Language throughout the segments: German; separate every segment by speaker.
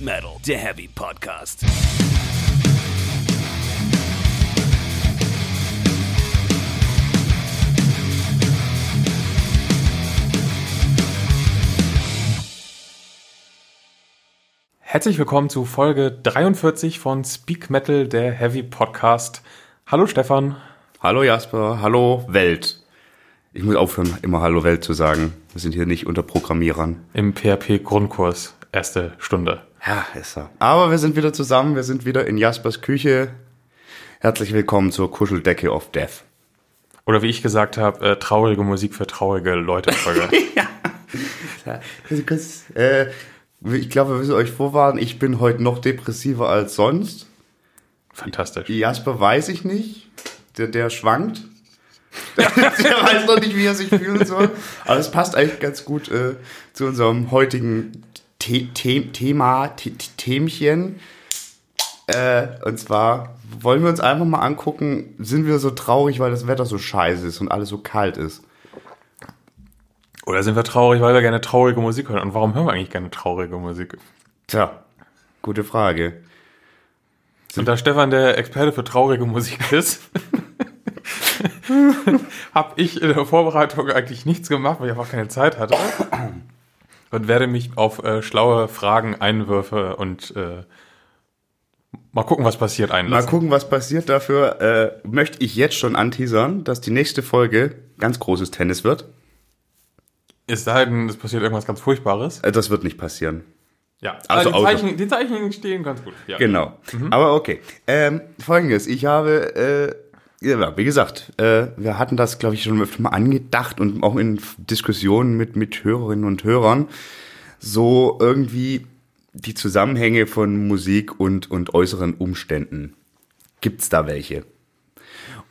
Speaker 1: Metal, der Heavy Podcast.
Speaker 2: Herzlich willkommen zu Folge 43 von Speak Metal, der Heavy Podcast. Hallo Stefan.
Speaker 3: Hallo Jasper, hallo Welt. Ich muss aufhören, immer Hallo Welt zu sagen. Wir sind hier nicht unter Programmierern.
Speaker 2: Im PHP Grundkurs, erste Stunde.
Speaker 3: Ja, ist er. Aber wir sind wieder zusammen, wir sind wieder in Jaspers Küche. Herzlich willkommen zur Kuscheldecke of Death.
Speaker 2: Oder wie ich gesagt habe, äh, traurige Musik für traurige Leute. Folge.
Speaker 3: Äh, ich glaube, wir müssen euch vorwarnen, ich bin heute noch depressiver als sonst.
Speaker 2: Fantastisch.
Speaker 3: Jasper weiß ich nicht. Der, der schwankt. der weiß noch nicht, wie er sich fühlen soll. Aber es passt eigentlich ganz gut äh, zu unserem heutigen The The Thema, The The Themchen. Äh, und zwar wollen wir uns einfach mal angucken, sind wir so traurig, weil das Wetter so scheiße ist und alles so kalt ist.
Speaker 2: Oder sind wir traurig, weil wir gerne traurige Musik hören? Und warum hören wir eigentlich gerne traurige Musik?
Speaker 3: Tja, gute Frage.
Speaker 2: Und da Stefan der Experte für traurige Musik ist, habe ich in der Vorbereitung eigentlich nichts gemacht, weil ich einfach keine Zeit hatte. Und werde mich auf äh, schlaue Fragen, Einwürfe und äh, mal gucken, was passiert
Speaker 3: Mal
Speaker 2: einlassen.
Speaker 3: gucken, was passiert. Dafür äh, möchte ich jetzt schon anteasern, dass die nächste Folge ganz großes Tennis wird.
Speaker 2: Es sei denn, es passiert irgendwas ganz Furchtbares.
Speaker 3: Äh, Das wird nicht passieren.
Speaker 2: Ja, also
Speaker 3: Also
Speaker 2: die,
Speaker 3: Auto.
Speaker 2: Zeichen, die Zeichen stehen ganz gut. Ja. Mhm.
Speaker 3: Genau. Aber okay. Ähm, Folgendes, ich habe, äh, ja, wie gesagt, äh, wir hatten das, glaube ich, schon öfter mal angedacht und auch in F- Diskussionen mit, mit Hörerinnen und Hörern, so irgendwie die Zusammenhänge von Musik und, und äußeren Umständen. Gibt's da welche?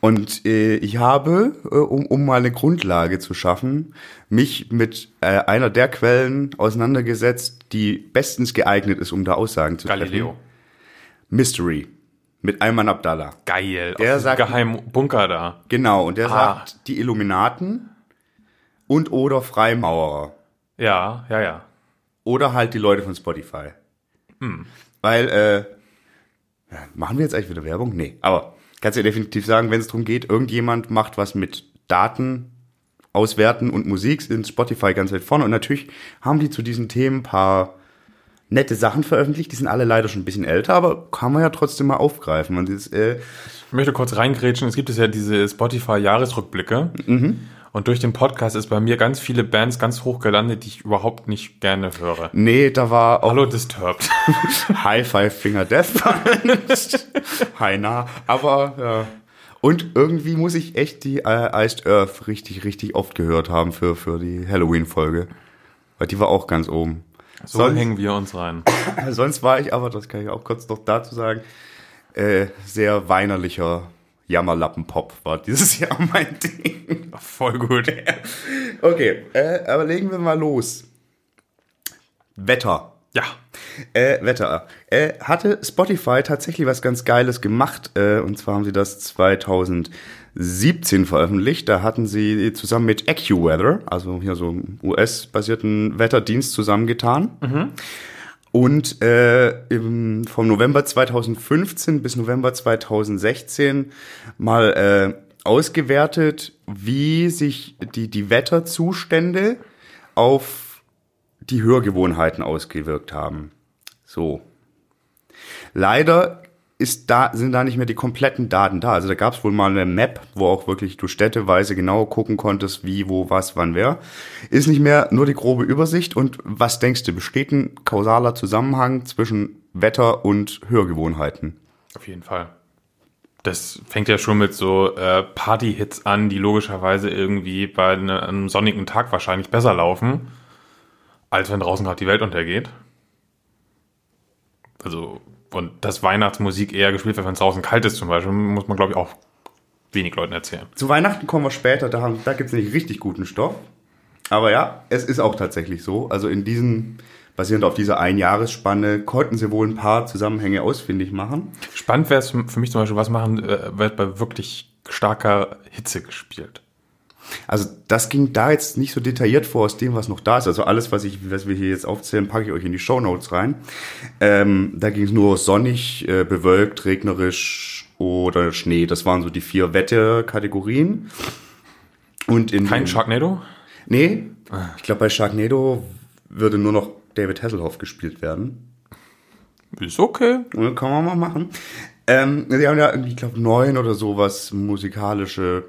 Speaker 3: Und äh, ich habe, äh, um, um mal eine Grundlage zu schaffen, mich mit äh, einer der Quellen auseinandergesetzt, die bestens geeignet ist, um da Aussagen zu treffen.
Speaker 2: Galileo.
Speaker 3: Mystery mit Ayman Abdallah.
Speaker 2: Geil.
Speaker 3: Der
Speaker 2: aus diesem
Speaker 3: sagt-
Speaker 2: geheimen Bunker da.
Speaker 3: Genau, und der
Speaker 2: Ah.
Speaker 3: sagt die Illuminaten und oder Freimaurer.
Speaker 2: Ja, ja, ja.
Speaker 3: Oder halt die Leute von Spotify. Weil, äh, ja, machen wir jetzt eigentlich wieder Werbung? Nee, aber kannst ja definitiv sagen, wenn es darum geht, irgendjemand macht was mit Daten, Auswerten und Musik, sind Spotify ganz weit vorne. Und natürlich haben die zu diesen Themen ein paar nette Sachen veröffentlicht. Die sind alle leider schon ein bisschen älter, aber kann man ja trotzdem mal aufgreifen. Und das, äh,
Speaker 2: Ich möchte kurz reingrätschen. Es gibt es ja diese Spotify-Jahresrückblicke. Und durch den Podcast ist bei mir ganz viele Bands ganz hoch gelandet, die ich überhaupt nicht gerne höre.
Speaker 3: nee, da war auch
Speaker 2: Hallo Disturbed.
Speaker 3: High Five Finger Death Punch. Heiner. Aber ja. Und irgendwie muss ich echt die äh, Iced Earth richtig, richtig oft gehört haben für, für die Halloween-Folge. Weil die war auch ganz oben.
Speaker 2: So
Speaker 3: Sonst-
Speaker 2: hängen wir uns rein.
Speaker 3: Sonst war ich aber, das kann ich auch kurz noch dazu sagen, äh, sehr weinerlicher Jammerlappen-Pop war dieses Jahr mein Ding.
Speaker 2: Voll gut.
Speaker 3: Okay, äh, aber legen wir mal los. Wetter.
Speaker 2: Ja.
Speaker 3: Äh, Wetter. Äh, hatte Spotify tatsächlich was ganz Geiles gemacht. Äh, und zwar haben sie das 2017 veröffentlicht. Da hatten sie zusammen mit AccuWeather, also hier so einem US-basierten Wetterdienst, zusammengetan. Und äh, im, vom November 2015 bis November 2016 mal äh, ausgewertet, wie sich die, die Wetterzustände auf die Hörgewohnheiten ausgewirkt haben. So. Leider ist da, sind da nicht mehr die kompletten Daten da. Also da gab es wohl mal eine Map, wo auch wirklich du städteweise genau gucken konntest, wie, wo, was, wann, wer. Ist nicht mehr nur die grobe Übersicht. Und was denkst du, besteht ein kausaler Zusammenhang zwischen Wetter und Hörgewohnheiten?
Speaker 2: Auf jeden Fall. Das fängt ja schon mit so äh, Party-Hits an, die logischerweise irgendwie bei ne, einem sonnigen Tag wahrscheinlich besser laufen, als wenn draußen gerade die Welt untergeht. Also, und dass Weihnachtsmusik eher gespielt wird, wenn es draußen kalt ist zum Beispiel, muss man, glaube ich, auch wenig Leuten erzählen.
Speaker 3: Zu Weihnachten kommen wir später, da, haben- da gibt es nicht richtig guten Stoff. Aber ja, es ist auch tatsächlich so. Also in diesen, basierend auf dieser Einjahresspanne, konnten sie wohl ein paar Zusammenhänge ausfindig machen.
Speaker 2: Spannend wäre es für mich zum Beispiel, was machen, äh, wird bei wirklich starker Hitze gespielt.
Speaker 3: Also das ging da jetzt nicht so detailliert vor aus dem, was noch da ist. Also alles, was, ich, was wir hier jetzt aufzählen, packe ich euch in die Show Notes rein. Ähm, da ging es nur sonnig, äh, bewölkt, regnerisch oder Schnee. Das waren so die vier Wetterkategorien. Und in
Speaker 2: Kein Sharknado?
Speaker 3: Nee, ich glaube bei Sharknado würde nur noch David Hasselhoff gespielt werden.
Speaker 2: Ist okay.
Speaker 3: Ja, Kann man mal machen. Ähm, sie haben ja irgendwie, ich glaube, neun oder sowas musikalische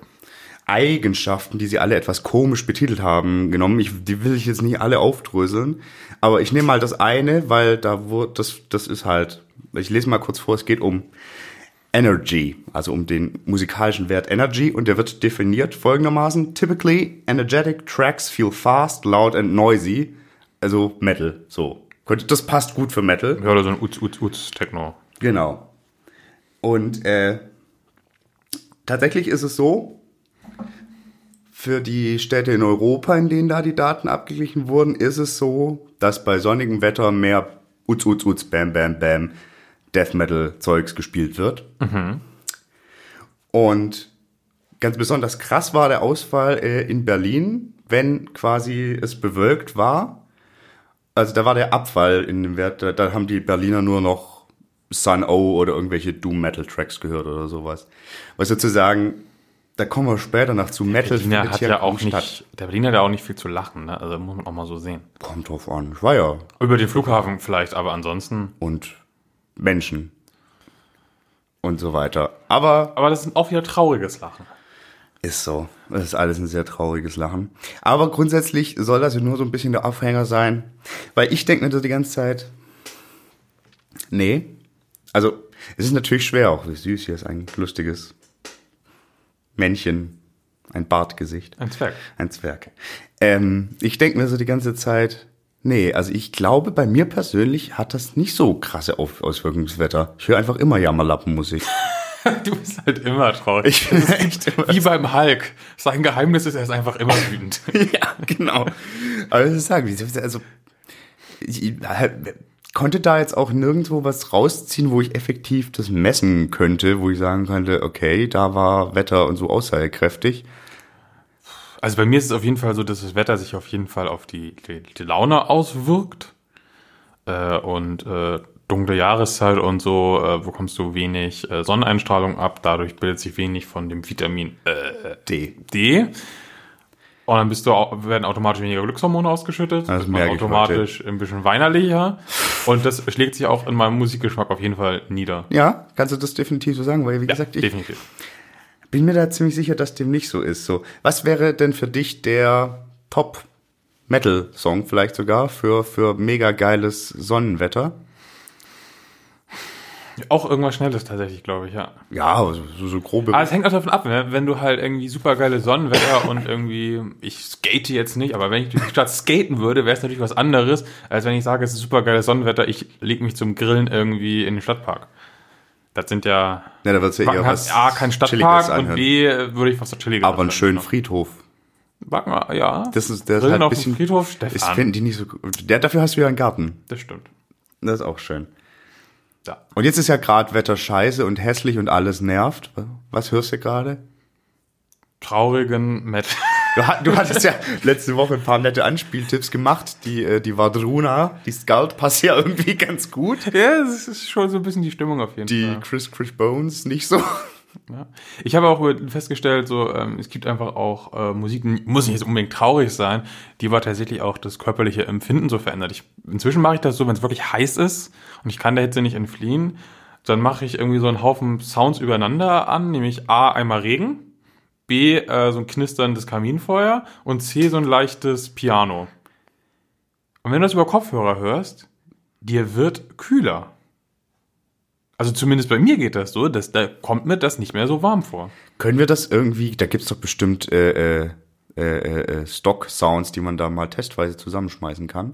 Speaker 3: Eigenschaften, die sie alle etwas komisch betitelt haben, genommen. Ich, die will ich jetzt nicht alle aufdröseln, aber ich nehme mal das eine, weil da wurde, das, das ist halt, ich lese mal kurz vor, es geht um Energy, also um den musikalischen Wert Energy und der wird definiert folgendermaßen, typically energetic tracks feel fast, loud and noisy, also Metal, so. Das passt gut für Metal.
Speaker 2: Ja, oder so ein Uz, Uz, Uz Techno.
Speaker 3: Genau. Und äh, tatsächlich ist es so, für die Städte in Europa, in denen da die Daten abgeglichen wurden, ist es so, dass bei sonnigem Wetter mehr Uz, Uz, Uz, Bam, Bam, Bam Death Metal Zeugs gespielt wird. Und ganz besonders krass war der Ausfall äh, in Berlin, wenn quasi es bewölkt war. Also da war der Abfall in dem Wert, da, da haben die Berliner nur noch Sun O oder irgendwelche Doom Metal Tracks gehört oder sowas. Was sozusagen, da kommen wir später nach zu Metal.
Speaker 2: Berliner
Speaker 3: findet
Speaker 2: hat
Speaker 3: hier
Speaker 2: ja auch
Speaker 3: kaum statt.
Speaker 2: nicht, der Berliner hat ja auch nicht viel zu lachen, ne? Also muss man auch mal so sehen.
Speaker 3: Kommt drauf an. Ich war ja.
Speaker 2: Über den Flughafen vielleicht, aber ansonsten.
Speaker 3: Und Menschen. Und so weiter. Aber
Speaker 2: Aber das ist auch wieder trauriges Lachen.
Speaker 3: Ist so. Das ist alles ein sehr trauriges Lachen. Aber grundsätzlich soll das ja nur so ein bisschen der Aufhänger sein. Weil ich denke mir so die ganze Zeit, nee. Also, es ist natürlich schwer auch. Wie süß, hier ist ein lustiges Männchen. Ein Bartgesicht.
Speaker 2: Ein Zwerg.
Speaker 3: Ein Zwerg. Ähm, ich denke mir so die ganze Zeit, nee, also ich glaube, bei mir persönlich hat das nicht so krasse Auf Auswirkungen des Wetter. Ich höre einfach immer Jammerlappenmusik.
Speaker 2: Du bist halt immer traurig.
Speaker 3: Ich bin echt immer
Speaker 2: Wie beim Hulk. Sein Geheimnis ist, er ist einfach immer wütend.
Speaker 3: ja, genau. Aber ich muss sagen, wieso- also ich ich konnte da jetzt auch nirgendwo was rausziehen, wo ich effektiv das messen könnte, wo ich sagen könnte, okay, da war Wetter und so aussagekräftig.
Speaker 2: Also bei mir ist es auf jeden Fall so, dass das Wetter sich auf jeden Fall auf die, die, die Laune auswirkt. Äh, und äh, dunkle Jahreszeit und so äh, bekommst du wenig äh, Sonneneinstrahlung ab. Dadurch bildet sich wenig von dem Vitamin äh,
Speaker 3: D.
Speaker 2: D. Und dann bist du, au- werden automatisch weniger Glückshormone ausgeschüttet. Das
Speaker 3: Das
Speaker 2: man
Speaker 3: merke ich
Speaker 2: automatisch ein bisschen weinerlicher. Und das schlägt sich auch in meinem Musikgeschmack auf jeden Fall nieder.
Speaker 3: Ja, kannst du das definitiv so sagen, weil wie gesagt, ich
Speaker 2: definitiv.
Speaker 3: bin mir da ziemlich sicher, dass dem nicht so ist. So, was wäre denn für dich der Top Metal Song vielleicht sogar für für mega geiles Sonnenwetter?
Speaker 2: Auch irgendwas Schnelles tatsächlich, glaube ich, ja.
Speaker 3: Ja, so, so grobe
Speaker 2: Aber es hängt auch davon ab, ne? wenn du halt irgendwie super geile Sonnenwetter und irgendwie, ich skate jetzt nicht, aber wenn ich durch die Stadt skaten würde, wäre es natürlich was anderes, als wenn ich sage, es ist super geiles Sonnenwetter, ich leg mich zum Grillen irgendwie in den Stadtpark. Das sind ja,
Speaker 3: Ja, da wird's ja eher
Speaker 2: Backen hat
Speaker 3: was
Speaker 2: A, kein
Speaker 3: Chilliges
Speaker 2: Stadtpark und
Speaker 3: anhören.
Speaker 2: B, äh, würde ich was Chilliges
Speaker 3: Aber einen
Speaker 2: anfangen.
Speaker 3: schönen Friedhof.
Speaker 2: Backen, ja.
Speaker 3: Das ist, der ist
Speaker 2: Grillen
Speaker 3: halt ein
Speaker 2: auf
Speaker 3: bisschen.
Speaker 2: dem Friedhof,
Speaker 3: Ich
Speaker 2: Stefan.
Speaker 3: finde die nicht so. gut. Der, dafür hast du ja einen Garten.
Speaker 2: das stimmt.
Speaker 3: Das ist auch schön.
Speaker 2: Da.
Speaker 3: Und jetzt ist ja gerade Wetter scheiße und hässlich und alles nervt. Was hörst du gerade?
Speaker 2: Traurigen Metal.
Speaker 3: Du, hat- du hattest ja letzte Woche ein paar nette Anspieltipps gemacht. Die, äh, die Vadruna, die Skald passt ja irgendwie ganz gut.
Speaker 2: ja, es ist schon so ein bisschen die Stimmung auf jeden
Speaker 3: Die
Speaker 2: Fall.
Speaker 3: Chris Chris Bones nicht so.
Speaker 2: Ja. Ich habe auch festgestellt, so ähm, es gibt einfach auch äh, Musik, muss nicht jetzt unbedingt traurig sein, die aber tatsächlich auch das körperliche Empfinden so verändert. Ich, inzwischen mache ich das so, wenn es wirklich heiß ist und ich kann der Hitze nicht entfliehen, dann mache ich irgendwie so einen Haufen Sounds übereinander an, nämlich A, einmal Regen, B, äh, so ein knisterndes Kaminfeuer und C, so ein leichtes Piano. Und wenn du das über Kopfhörer hörst, dir wird kühler. Also zumindest bei mir geht das so, dass da kommt mir das nicht mehr so warm vor.
Speaker 3: Können wir das irgendwie? Da gibt's doch bestimmt äh, äh, äh, äh, Stock-Sounds, die man da mal testweise zusammenschmeißen kann.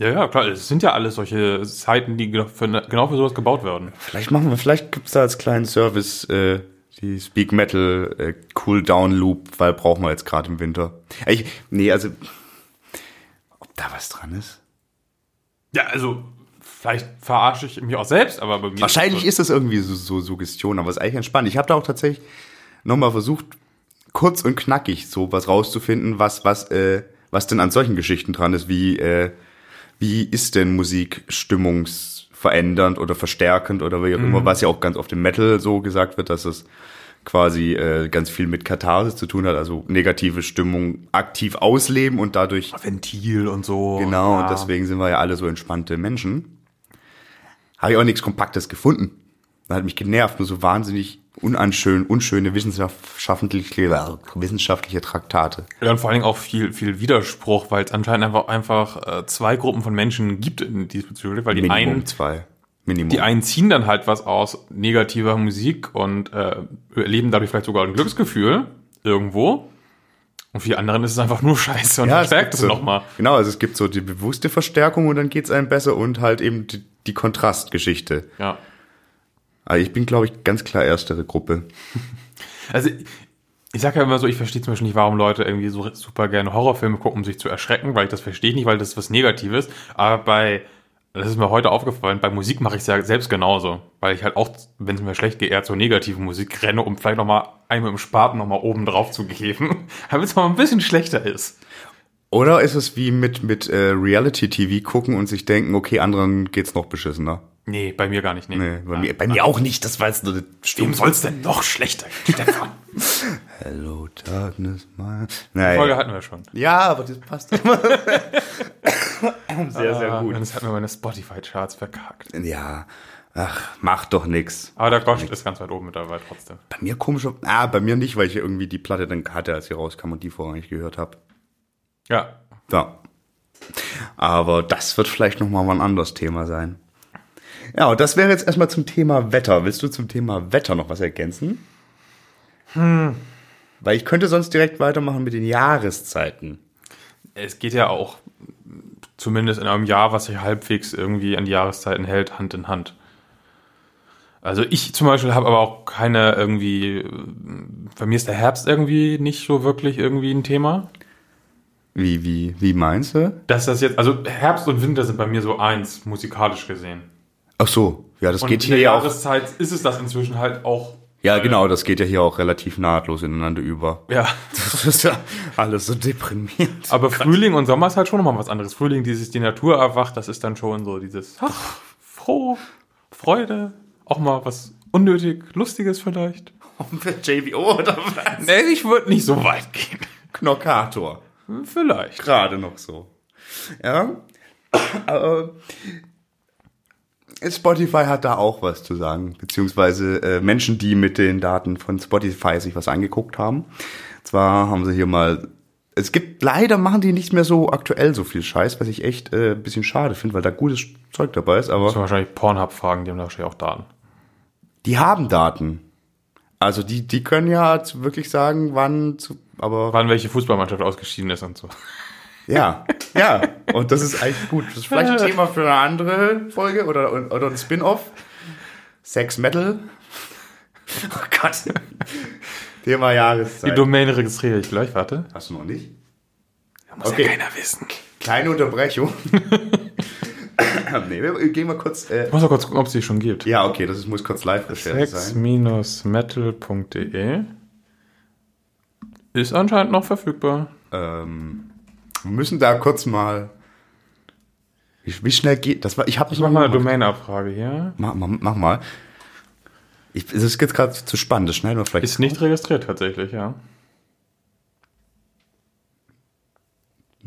Speaker 2: Ja, ja, klar, es sind ja alles solche Zeiten, die genau für, genau für sowas gebaut werden.
Speaker 3: Vielleicht machen wir, vielleicht gibt's da als kleinen Service äh, die Speak Metal äh, Cool Down Loop, weil brauchen wir jetzt gerade im Winter. Ich, nee, also ob da was dran ist?
Speaker 2: Ja, also vielleicht verarsche ich mich auch selbst, aber bei mir
Speaker 3: Wahrscheinlich
Speaker 2: ist
Speaker 3: ist das irgendwie so, so Suggestion, aber es ist eigentlich entspannt. Ich habe da auch tatsächlich nochmal versucht, kurz und knackig, so was rauszufinden, was, was, äh, was denn an solchen Geschichten dran ist, wie, äh, wie ist denn Musik stimmungsverändernd oder verstärkend oder wie auch immer, was ja auch ganz oft im Metal so gesagt wird, dass es quasi äh, ganz viel mit Katharsis zu tun hat, also negative Stimmung aktiv ausleben und dadurch
Speaker 2: Ventil und so.
Speaker 3: Genau,
Speaker 2: ja.
Speaker 3: und deswegen sind wir ja alle so entspannte Menschen. Habe ich auch nichts Kompaktes gefunden. Das hat mich genervt, nur so wahnsinnig unanschön, unschöne wissenschaftliche, wissenschaftliche Traktate.
Speaker 2: Ja, und vor allen Dingen auch viel, viel Widerspruch, weil es anscheinend einfach, einfach äh, zwei Gruppen von Menschen gibt in diesbezüglich, weil die einen
Speaker 3: zwei. Minimum.
Speaker 2: Die einen ziehen dann halt was aus negativer Musik und äh, erleben dadurch vielleicht sogar ein Glücksgefühl irgendwo. Und für die anderen ist es einfach nur scheiße und verstärkt es
Speaker 3: so,
Speaker 2: nochmal.
Speaker 3: Genau, also es gibt so die bewusste Verstärkung und dann geht's einem besser und halt eben die, die Kontrastgeschichte.
Speaker 2: Ja.
Speaker 3: Also ich bin, glaube ich, ganz klar erstere Gruppe.
Speaker 2: Also ich- ich sage ja immer so, ich verstehe zum Beispiel nicht, warum Leute irgendwie so super gerne Horrorfilme gucken, um sich zu erschrecken, weil ich das verstehe ich nicht, weil das was Negatives. Aber bei, das ist mir heute aufgefallen, bei Musik mache ich es ja selbst genauso. Weil ich halt auch, wenn es mir schlecht geht, eher zur negativen Musik renne, um vielleicht nochmal einen mit dem Spaten nochmal oben drauf zu geben, damit es mal ein bisschen schlechter ist.
Speaker 3: Oder ist es wie mit, mit äh, Reality-TV gucken und sich denken, okay, anderen geht's noch beschissener?
Speaker 2: Nee, bei mir gar nicht. Nee.
Speaker 3: Nee, bei, mir, bei mir auch nicht, das war jetzt nur eine
Speaker 2: Ah, Wem soll's denn noch schlechter gehen, Stefan?
Speaker 3: Hello, darkness, my...
Speaker 2: Die
Speaker 3: Nein.
Speaker 2: Folge hatten wir schon.
Speaker 3: Ja, aber das passt immer. sehr, sehr
Speaker 2: Und das hat mir meine Spotify-Charts verkackt.
Speaker 3: Ja, ach, macht doch Äh, nix.
Speaker 2: Aber der Gott ist ganz weit oben mit dabei trotzdem.
Speaker 3: Bei mir komisch, ah, bei mir nicht, weil ich irgendwie die Platte dann hatte, als sie rauskam und die vorrangig gehört habe.
Speaker 2: Ja.
Speaker 3: Ja. Aber das wird vielleicht nochmal ein anderes Thema sein. Ja, und das wäre jetzt erstmal zum Thema Wetter. Willst du zum Thema Wetter noch was ergänzen? Hm. Weil ich könnte sonst direkt weitermachen mit den Jahreszeiten.
Speaker 2: Es geht ja auch, zumindest in einem Jahr, was sich halbwegs irgendwie an die Jahreszeiten hält, Hand in Hand. Also ich zum Beispiel habe aber auch keine irgendwie, bei mir ist der Herbst irgendwie nicht so wirklich irgendwie ein Thema.
Speaker 3: Wie, wie, wie meinst du?
Speaker 2: Dass das jetzt, also Herbst und Winter sind bei mir so eins, musikalisch gesehen.
Speaker 3: Ach so, ja, das
Speaker 2: Und
Speaker 3: geht
Speaker 2: in
Speaker 3: hier
Speaker 2: der
Speaker 3: ja auch.
Speaker 2: Jahreszeit ist es das inzwischen halt auch.
Speaker 3: Ja, genau, das geht ja hier auch relativ nahtlos ineinander über.
Speaker 2: Ja.
Speaker 3: Das ist ja alles so deprimierend.
Speaker 2: Aber Frühling und Sommer ist halt schon nochmal was anderes. Frühling, dieses die Natur erwacht, das ist dann schon so dieses ach, froh, Freude, auch mal was unnötig Lustiges vielleicht.
Speaker 3: JBO oder was?
Speaker 2: Nee, ich würde nicht so weit gehen.
Speaker 3: Knockator.
Speaker 2: Hm, Vielleicht.
Speaker 3: Gerade noch so. Ja. Aber Spotify hat da auch was zu sagen, beziehungsweise äh, Menschen, die mit den Daten von Spotify sich was angeguckt haben. Zwar haben sie hier mal. Es gibt leider machen die nicht mehr so aktuell so viel Scheiß, was ich echt äh, ein bisschen schade finde, weil da gutes Zeug dabei ist. Aber
Speaker 2: Muss man wahrscheinlich Pornhub fragen, die haben da wahrscheinlich auch Daten.
Speaker 3: die haben Daten. Also die, die können ja zu- wirklich sagen, wann zu, aber
Speaker 2: Wann welche Fußballmannschaft ausgeschieden ist und so.
Speaker 3: ja, ja. Und das ist eigentlich gut. Das ist vielleicht ein Thema für eine andere Folge oder, oder ein Spin-off. Sex Metal. Oh Gott. Thema
Speaker 2: Die
Speaker 3: Jahreszeit.
Speaker 2: Domain registriere ich gleich, warte.
Speaker 3: Hast du noch nicht?
Speaker 2: Muss
Speaker 3: Okay.
Speaker 2: keiner wissen. Ich
Speaker 3: Kleine Unterbrechung. nee, wir gehen mal kurz. Äh,
Speaker 2: muss mal kurz gucken, ob es die schon gibt.
Speaker 3: ja, okay, das ist, muss kurz Live-Recherche sein.
Speaker 2: Sex-metal.de ist anscheinend noch verfügbar.
Speaker 3: Ähm, wir müssen da kurz mal. Wie, wie schnell geht das? War, ich habe das
Speaker 2: Ich mach
Speaker 3: noch
Speaker 2: mal
Speaker 3: nie
Speaker 2: eine
Speaker 3: gemacht.
Speaker 2: Domain-Abfrage hier.
Speaker 3: Mach, mach, mach mal. Ich, das ist jetzt gerade zu spannend. Das schneiden wir vielleicht.
Speaker 2: Ist nicht registriert tatsächlich, ja.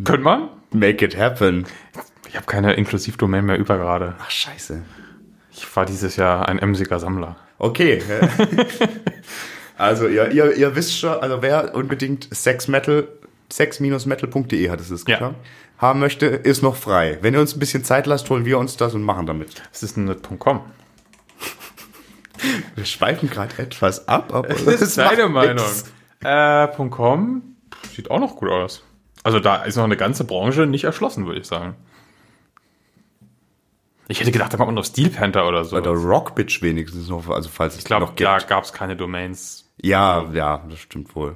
Speaker 2: Könnte man?
Speaker 3: Make it happen.
Speaker 2: Ich habe keine Inklusiv-Domain mehr über gerade.
Speaker 3: Ach, scheiße.
Speaker 2: Ich war dieses Jahr ein emsiger Sammler.
Speaker 3: Okay. also, ihr, ihr, ihr wisst schon, also wer unbedingt Sexmetal, sex-metal.de hat es jetzt
Speaker 2: Ja.
Speaker 3: geschafft, haben möchte, ist noch frei. Wenn ihr uns ein bisschen Zeit lasst, holen wir uns das und machen damit.
Speaker 2: Es ist ein .com.
Speaker 3: Wir schweifen gerade etwas ab, aber
Speaker 2: Das ist deine
Speaker 3: macht
Speaker 2: Meinung.
Speaker 3: nix.
Speaker 2: Äh, .com sieht auch noch gut aus. Also da ist noch eine ganze Branche nicht erschlossen, würde ich sagen. Ich hätte gedacht, da kommt man auf Steel Panther oder so.
Speaker 3: Oder Rockbitch wenigstens noch, also falls es
Speaker 2: Ich glaube,
Speaker 3: noch gibt.
Speaker 2: da gab es keine Domains.
Speaker 3: Ja, ja, das stimmt wohl.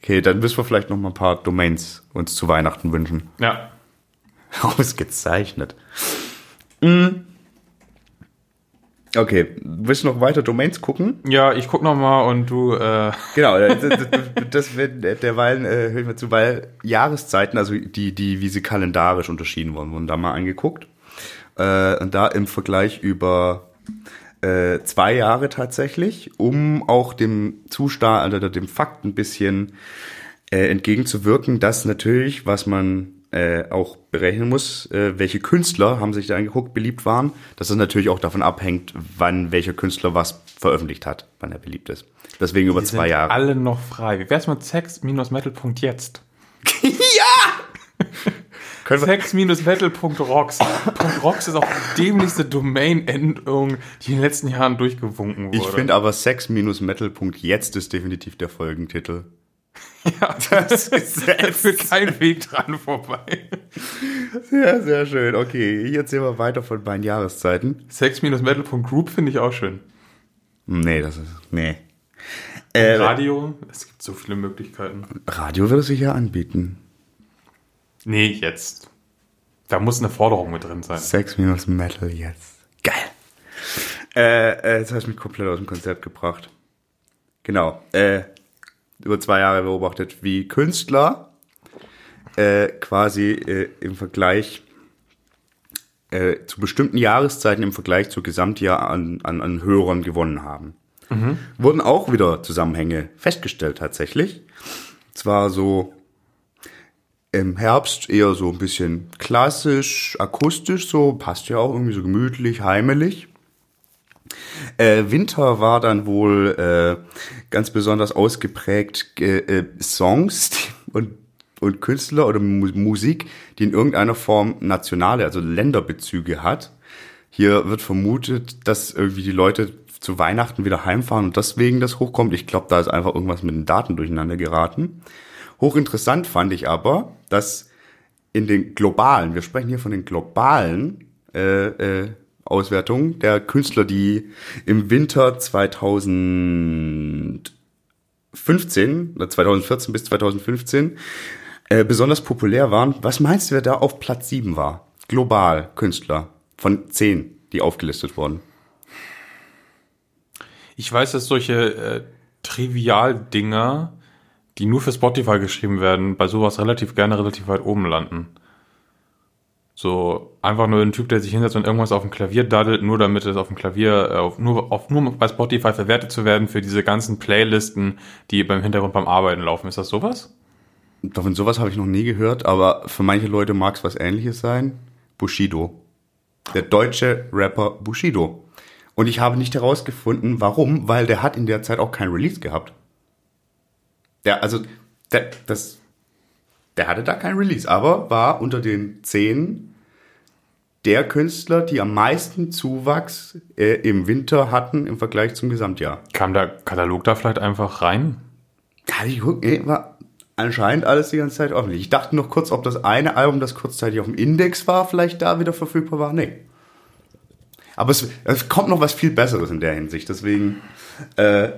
Speaker 3: Okay, dann müssen wir vielleicht noch mal ein paar Domains uns zu Weihnachten wünschen.
Speaker 2: Ja.
Speaker 3: Ausgezeichnet. Mm. Okay, willst du noch weiter Domains gucken?
Speaker 2: Ja, ich guck noch mal und du, äh,
Speaker 3: Genau, das, das- das wird derweil äh, hören wir zu, weil Jahreszeiten, also die, die, wie sie kalendarisch unterschieden wurden, wurden da mal angeguckt. Äh, und da im Vergleich über äh, zwei Jahre tatsächlich, um auch dem Zustand oder dem Fakt ein bisschen äh, entgegenzuwirken, dass natürlich, was man äh, auch berechnen muss, äh, welche Künstler haben sich da angeguckt, beliebt waren, dass das natürlich auch davon abhängt, wann welcher Künstler was veröffentlicht hat, wann er beliebt ist. Deswegen über zwei
Speaker 2: sind
Speaker 3: Jahre.
Speaker 2: alle noch frei. Wie wär's mit sex-metal.jetzt?
Speaker 3: Können wir,
Speaker 2: Sex-metal.rocks. Punkt .rocks ist auch die dämlichste Domain-Endung, die in den letzten Jahren durchgewunken wurde.
Speaker 3: ich finde aber Sex-Metal.punkt jetzt ist definitiv der Folgentitel.
Speaker 2: ja, das ist da führt kein Weg dran vorbei.
Speaker 3: Sehr, sehr schön. Okay, jetzt sehen wir weiter von beiden Jahreszeiten.
Speaker 2: Sex-metal.group finde ich auch schön.
Speaker 3: Nee, das ist. Nee. Äh,
Speaker 2: Radio, es gibt so viele Möglichkeiten.
Speaker 3: Radio würde sich ja anbieten.
Speaker 2: Nee, jetzt. Da muss eine Forderung mit drin sein.
Speaker 3: Sex minus Metal jetzt. Geil. Äh, äh, jetzt hast du mich komplett aus dem Konzept gebracht. Genau. Äh, über zwei Jahre beobachtet, wie Künstler äh, quasi äh, im Vergleich äh, zu bestimmten Jahreszeiten im Vergleich zu Gesamtjahr an, an, an Hörern gewonnen haben. Wurden auch wieder Zusammenhänge festgestellt tatsächlich. Zwar so im Herbst eher so ein bisschen klassisch, akustisch so, passt ja auch irgendwie so gemütlich, heimelig. Äh, Winter war dann wohl äh, ganz besonders ausgeprägt äh, äh, Songs die- und, und Künstler oder Mu Musik, die in irgendeiner Form nationale, also Länderbezüge hat. Hier wird vermutet, dass irgendwie die Leute zu Weihnachten wieder heimfahren und deswegen das hochkommt. Ich glaube, da ist einfach irgendwas mit den Daten durcheinander geraten. Hochinteressant fand ich aber, dass in den globalen, wir sprechen hier von den globalen äh, äh, Auswertungen der Künstler, die im Winter 2015 oder 2014 bis 2015 äh, besonders populär waren. Was meinst du, wer da auf Platz 7 war? Global Künstler von 10, die aufgelistet wurden.
Speaker 2: Ich weiß, dass solche äh, Trivial-Dinger, die nur für Spotify geschrieben werden, bei sowas relativ gerne relativ weit oben landen. So einfach nur ein Typ, der sich hinsetzt und irgendwas auf dem Klavier daddelt, nur damit es auf dem Klavier, äh, auf, nur, auf, nur bei Spotify verwertet zu werden für diese ganzen Playlisten, die beim Hintergrund beim Arbeiten laufen. Ist das sowas?
Speaker 3: Davon sowas habe ich noch nie gehört, aber für manche Leute mag es was ähnliches sein. Bushido. Der deutsche Rapper Bushido. Und ich habe nicht herausgefunden, warum, weil der hat in der Zeit auch kein Release gehabt. Der, also, der, das, der hatte da kein Release, aber war unter den zehn der Künstler, die am meisten Zuwachs äh, im Winter hatten im Vergleich zum Gesamtjahr.
Speaker 2: Kam der Katalog da vielleicht einfach rein?
Speaker 3: Hab ich geguckt, nee, war anscheinend alles die ganze Zeit offen. Ich dachte noch kurz, ob das eine Album, das kurzzeitig auf dem Index war, vielleicht da wieder verfügbar war. Nee. Aber es, es kommt noch was viel Besseres in der Hinsicht. Deswegen, äh,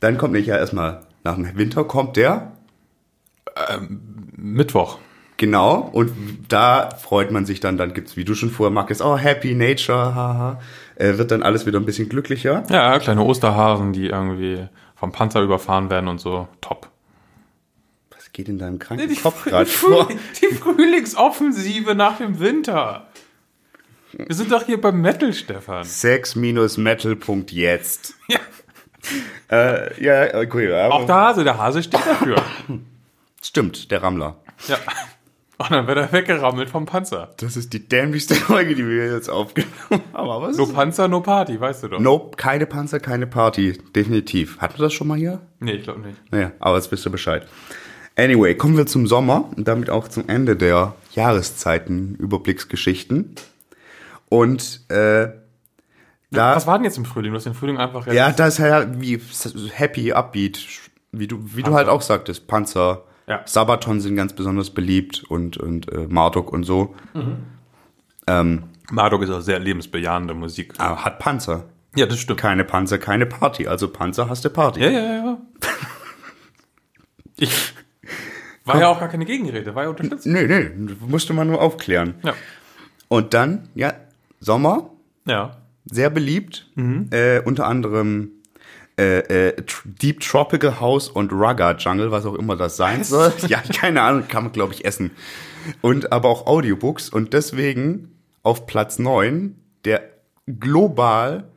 Speaker 3: dann kommt nicht ja erstmal nach dem Winter kommt der.
Speaker 2: Mittwoch.
Speaker 3: Genau, und da freut man sich dann, dann gibt's, wie du schon vorher magst, oh, Happy Nature, haha, äh, wird dann alles wieder ein bisschen glücklicher.
Speaker 2: Ja, kleine Osterhasen, die irgendwie vom Panzer überfahren werden und so. Top.
Speaker 3: Was geht in deinem
Speaker 2: Nee,
Speaker 3: kranken
Speaker 2: die,
Speaker 3: Kopf
Speaker 2: Frü-
Speaker 3: gerade
Speaker 2: die,
Speaker 3: vor?
Speaker 2: Früh, die Frühlingsoffensive nach dem Winter. Wir sind doch hier beim Metal, Stefan.
Speaker 3: Sex-metal.jetzt.
Speaker 2: Ja.
Speaker 3: Äh, ja, okay. Aber
Speaker 2: Auch der Hase, der Hase steht dafür.
Speaker 3: Stimmt, der Rammler.
Speaker 2: Ja. Und dann wird er weggerammelt vom Panzer.
Speaker 3: Das ist die dämlichste Folge, die wir jetzt aufgenommen haben. Aber was
Speaker 2: No
Speaker 3: ist
Speaker 2: Panzer, no Party, weißt du doch.
Speaker 3: Nope, keine Panzer, keine Party. Definitiv. Hatten wir das schon mal hier?
Speaker 2: Nee, ich glaube nicht.
Speaker 3: Naja, aber jetzt wisst ihr Bescheid. Anyway, kommen wir zum Sommer und damit auch zum Ende der Jahreszeiten-Überblicksgeschichten. Und äh, da.
Speaker 2: Was war denn jetzt im Frühling? Du hast den Frühling einfach jetzt.
Speaker 3: Ja, das ist ja wie happy, upbeat, wie du, wie du halt auch sagtest, Panzer.
Speaker 2: Ja.
Speaker 3: Sabaton sind ganz besonders beliebt und, und äh, Marduk und so.
Speaker 2: Marduk ist auch sehr lebensbejahende Musik.
Speaker 3: Aber Ah, hat Panzer.
Speaker 2: Ja, das stimmt.
Speaker 3: Keine Panzer, keine Party. Also Panzer hast du Party.
Speaker 2: Ja, ja, ja. Ich. War ja auch gar keine Gegenrede, war ja unterstützt.
Speaker 3: Nee, nee, musste man nur aufklären.
Speaker 2: Ja.
Speaker 3: Und dann, ja, Sommer,
Speaker 2: Ja.
Speaker 3: sehr beliebt.
Speaker 2: Mhm.
Speaker 3: Äh, unter anderem äh, äh, Tr- Deep Tropical House und Rugger Jungle, was auch immer das sein soll. Ja, keine Ahnung, kann man, glaube ich, essen. Und aber auch Audiobooks und deswegen auf Platz 9 der global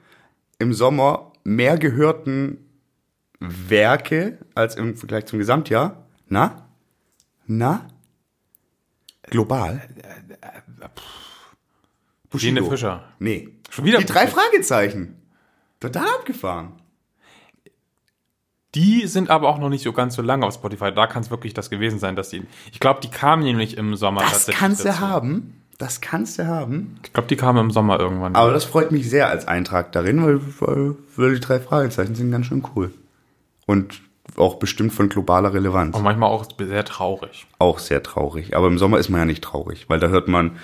Speaker 3: im Sommer mehr gehörten Werke als im Vergleich zum Gesamtjahr. Na? Na? Global?
Speaker 2: Bushido. Fischer.
Speaker 3: Nee.
Speaker 2: Schon wieder
Speaker 3: Die drei
Speaker 2: Bushido.
Speaker 3: Fragezeichen. Total abgefahren.
Speaker 2: Die sind aber auch noch nicht so ganz so lange auf Spotify. Da kann es wirklich das gewesen sein, dass die. Ich glaube, die kamen nämlich im Sommer
Speaker 3: Das
Speaker 2: tatsächlich
Speaker 3: kannst du
Speaker 2: dazu.
Speaker 3: haben. Das kannst du haben.
Speaker 2: Ich glaube, die kamen im Sommer irgendwann.
Speaker 3: Aber das freut mich sehr als Eintrag darin, weil, weil, weil die drei Fragezeichen sind ganz schön cool. Und auch bestimmt von globaler Relevanz.
Speaker 2: und manchmal auch sehr traurig.
Speaker 3: Auch sehr traurig. Aber im Sommer ist man ja nicht traurig, weil da hört man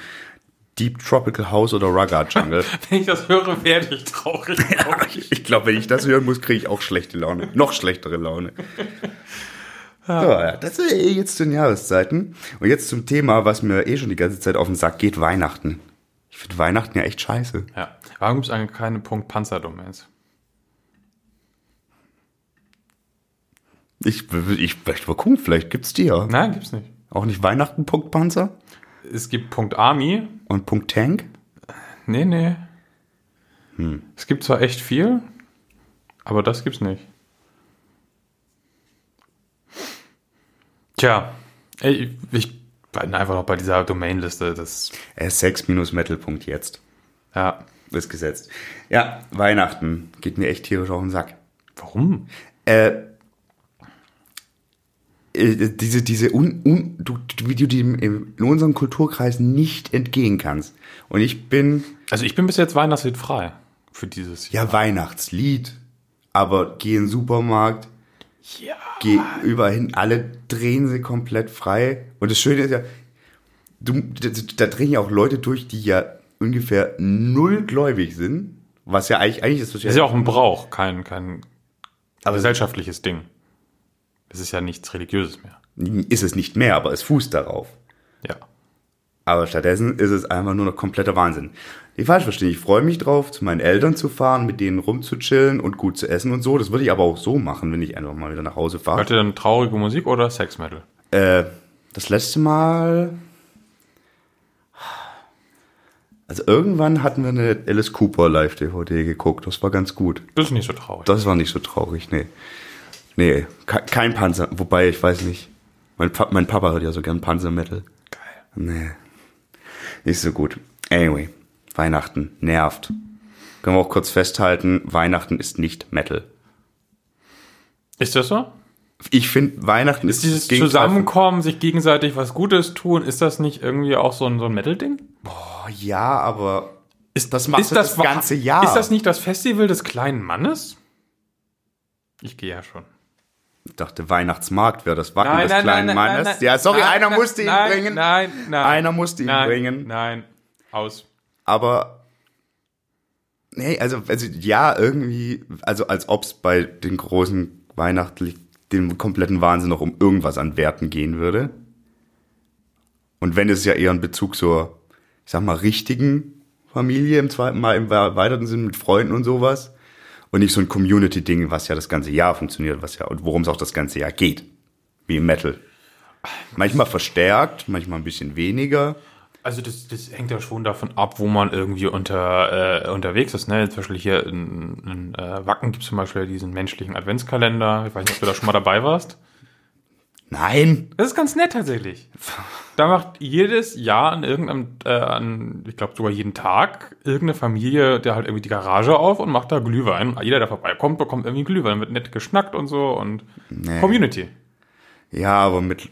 Speaker 3: Deep Tropical House oder Rugger Jungle.
Speaker 2: Wenn ich das höre, werde ich traurig. glaub ich.
Speaker 3: ich glaube, wenn ich das hören muss, kriege ich auch schlechte Laune. Noch schlechtere Laune. Ja, das sind eh jetzt zu den Jahreszeiten. Und jetzt zum Thema, was mir eh schon die ganze Zeit auf den Sack geht, Weihnachten. Ich finde Weihnachten ja echt scheiße.
Speaker 2: ja. Warum gibt es eigentlich keinen Punkt Panzerdomains?
Speaker 3: Ich, ich, ich mal gucken, vielleicht gibt's die ja.
Speaker 2: Nein, gibt's nicht.
Speaker 3: Auch nicht Weihnachten Punkt Panzer
Speaker 2: Es gibt Punkt Army.
Speaker 3: und Punkt Tank.
Speaker 2: Nee, nee. Es gibt zwar echt viel, aber das gibt's nicht. Tja, ey, ich bin einfach noch bei dieser Domainliste. Das,
Speaker 3: Äh, Sex-Metal.punkt jetzt.
Speaker 2: ja.
Speaker 3: Ist gesetzt. Ja, Weihnachten geht mir echt tierisch auf den Sack.
Speaker 2: Warum?
Speaker 3: Äh, äh, diese, diese, un, un, du, du- wie du dem im- in unserem Kulturkreis nicht entgehen kannst. Und ich bin
Speaker 2: Also ich bin bis jetzt Weihnachtslied frei für dieses
Speaker 3: ja Weihnachtslied, aber geh in den Supermarkt,
Speaker 2: Jahr.
Speaker 3: geh überall hin, alle drehen sie komplett frei. Und das Schöne ist ja, du, da, da drehen ja auch Leute durch, die ja ungefähr null gläubig sind, was ja eigentlich, eigentlich ist das
Speaker 2: Ist ja auch ein Brauch, kein, kein gesellschaftliches Ding. Es ist ja nichts Religiöses mehr.
Speaker 3: ist es nicht mehr, aber es fußt darauf.
Speaker 2: Ja.
Speaker 3: Aber stattdessen ist es einfach nur noch kompletter Wahnsinn. Nicht falsch verstehen, ich freue mich drauf, zu meinen Eltern zu fahren, mit denen rumzuchillen und gut zu essen und so. Das würde ich aber auch so machen, wenn ich einfach mal wieder nach Hause fahre.
Speaker 2: Hört ihr dann traurige Musik oder Sex Metal?
Speaker 3: Äh, das letzte Mal. Also irgendwann hatten wir eine Alice Cooper Live-DVD geguckt. Das war ganz gut.
Speaker 2: Das ist nicht so traurig.
Speaker 3: Das war nicht so traurig, nee. Nee, ke- kein Panzer. Wobei, ich weiß nicht. Mein, pa mein Papa hört ja so gern Panzer-Metal.
Speaker 2: Geil.
Speaker 3: Nee. Nicht so gut. Anyway, Weihnachten nervt. Können wir auch kurz festhalten, Weihnachten ist nicht Metal.
Speaker 2: Ist das so?
Speaker 3: Ich finde, Weihnachten ist,
Speaker 2: Dieses
Speaker 3: das Gegenteil von-
Speaker 2: Zusammenkommen, sich gegenseitig was Gutes tun, ist das nicht irgendwie auch so ein, so ein Metal-Ding?
Speaker 3: Oh, ja, aber ist, das
Speaker 2: Ist
Speaker 3: macht das,
Speaker 2: wa-
Speaker 3: das ganze Jahr.
Speaker 2: Ist das nicht das Festival des kleinen Mannes? Ich gehe ja schon.
Speaker 3: ich dachte, Weihnachtsmarkt wäre das Wacken des kleinen Mannes. ja, sorry,
Speaker 2: nein,
Speaker 3: einer
Speaker 2: nein,
Speaker 3: musste ihn
Speaker 2: nein,
Speaker 3: bringen.
Speaker 2: Nein, nein.
Speaker 3: Einer musste ihn
Speaker 2: nein,
Speaker 3: bringen.
Speaker 2: Nein, aus.
Speaker 3: Aber nee, also, also ja, irgendwie, also als ob es bei den großen weihnachtlich dem kompletten Wahnsinn noch um irgendwas an Werten gehen würde. Und wenn es ja eher in Bezug zur, ich sag mal, richtigen Familie im zweiten Mal im erweiterten Sinn mit Freunden und sowas. Und nicht so ein Community-Ding, was ja das ganze Jahr funktioniert, was ja, und worum es auch das ganze Jahr geht. Wie im Metal. Manchmal verstärkt, manchmal ein bisschen weniger.
Speaker 2: Also das, das hängt ja schon davon ab, wo man irgendwie unter, äh, unterwegs ist. Ne? Zum Beispiel hier in, in äh, Wacken gibt es zum Beispiel diesen menschlichen Adventskalender. Ich weiß nicht, ob du da schon mal dabei warst.
Speaker 3: Nein!
Speaker 2: Das ist ganz nett tatsächlich. Da macht jedes Jahr an irgendeinem, äh, an, ich glaube sogar jeden Tag, irgendeine Familie, der halt irgendwie die Garage auf und macht da Glühwein. Jeder, der vorbeikommt, bekommt irgendwie Glühwein, wird nett geschnackt und so und Community.
Speaker 3: Ja, aber mit,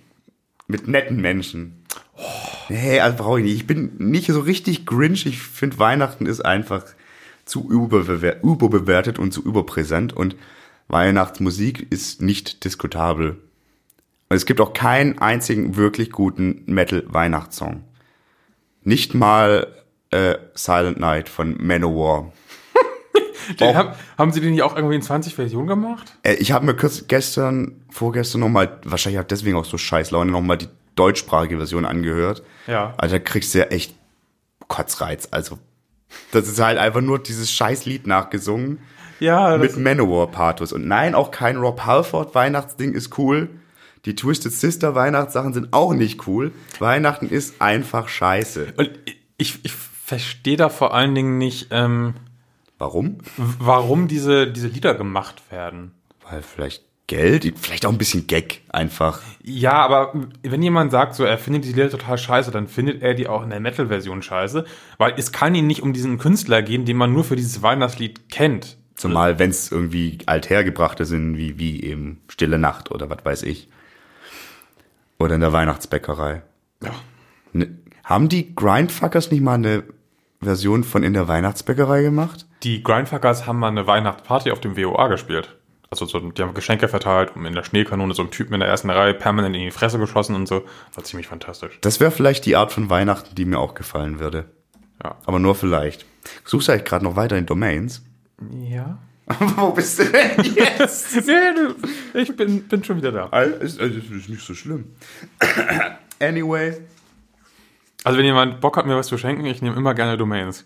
Speaker 3: mit netten Menschen. Nee, also brauche ich nicht. Ich bin nicht so richtig Grinch. Ich finde, Weihnachten ist einfach zu überbewer- überbewertet und zu überpräsent. Und Weihnachtsmusik ist nicht diskutabel. Und es gibt auch keinen einzigen wirklich guten Metal-Weihnachtssong. Nicht mal äh, Silent Night von Manowar.
Speaker 2: Den
Speaker 3: Auch-
Speaker 2: haben, haben sie den nicht auch irgendwie in 20 Versionen gemacht?
Speaker 3: Äh, Ich habe mir kurz gestern, vorgestern nochmal, wahrscheinlich auch deswegen auch so scheiß Laune, nochmal die deutschsprachige Version angehört.
Speaker 2: Ja.
Speaker 3: Also da kriegst du ja echt Kotzreiz. Also Das ist halt einfach nur dieses scheiß Lied nachgesungen
Speaker 2: Ja,
Speaker 3: mit
Speaker 2: das,
Speaker 3: Manowar-Pathos. Und nein, auch kein Rob Halford-Weihnachtsding ist cool. Die Twisted Sister Weihnachtssachen sind auch nicht cool. Weihnachten ist einfach scheiße.
Speaker 2: und ich, ich verstehe da vor allen Dingen nicht, ähm,
Speaker 3: Warum?
Speaker 2: w- warum diese, diese Lieder gemacht werden.
Speaker 3: Weil vielleicht Geld, vielleicht auch ein bisschen Gag einfach.
Speaker 2: Ja, aber wenn jemand sagt, so er findet die Lieder total scheiße, dann findet er die auch in der Metal-Version scheiße, weil es kann ihn nicht um diesen Künstler gehen, den man nur für dieses Weihnachtslied kennt.
Speaker 3: Zumal, wenn es irgendwie althergebrachte sind, wie, wie eben Stille Nacht oder was weiß ich. Oder in der Weihnachtsbäckerei.
Speaker 2: Ja.
Speaker 3: Ne, haben die Grindfuckers nicht mal eine Version von in der Weihnachtsbäckerei gemacht?
Speaker 2: Die Grindfuckers haben mal eine Weihnachtsparty auf dem WOA gespielt. Also so, die haben Geschenke verteilt und in der Schneekanone so einen Typen in der ersten Reihe permanent in die Fresse geschossen und so. War ziemlich fantastisch.
Speaker 3: Das wäre vielleicht die Art von Weihnachten, die mir auch gefallen würde.
Speaker 2: Ja.
Speaker 3: Aber nur vielleicht. Suchst du eigentlich gerade noch weiter in Domains?
Speaker 2: Ja.
Speaker 3: Wo bist du denn jetzt?
Speaker 2: Nee, du, ich bin, bin schon wieder da.
Speaker 3: All- ist, also, ist nicht so schlimm. anyway.
Speaker 2: Also wenn jemand Bock hat, mir was zu schenken, ich nehme immer gerne Domains.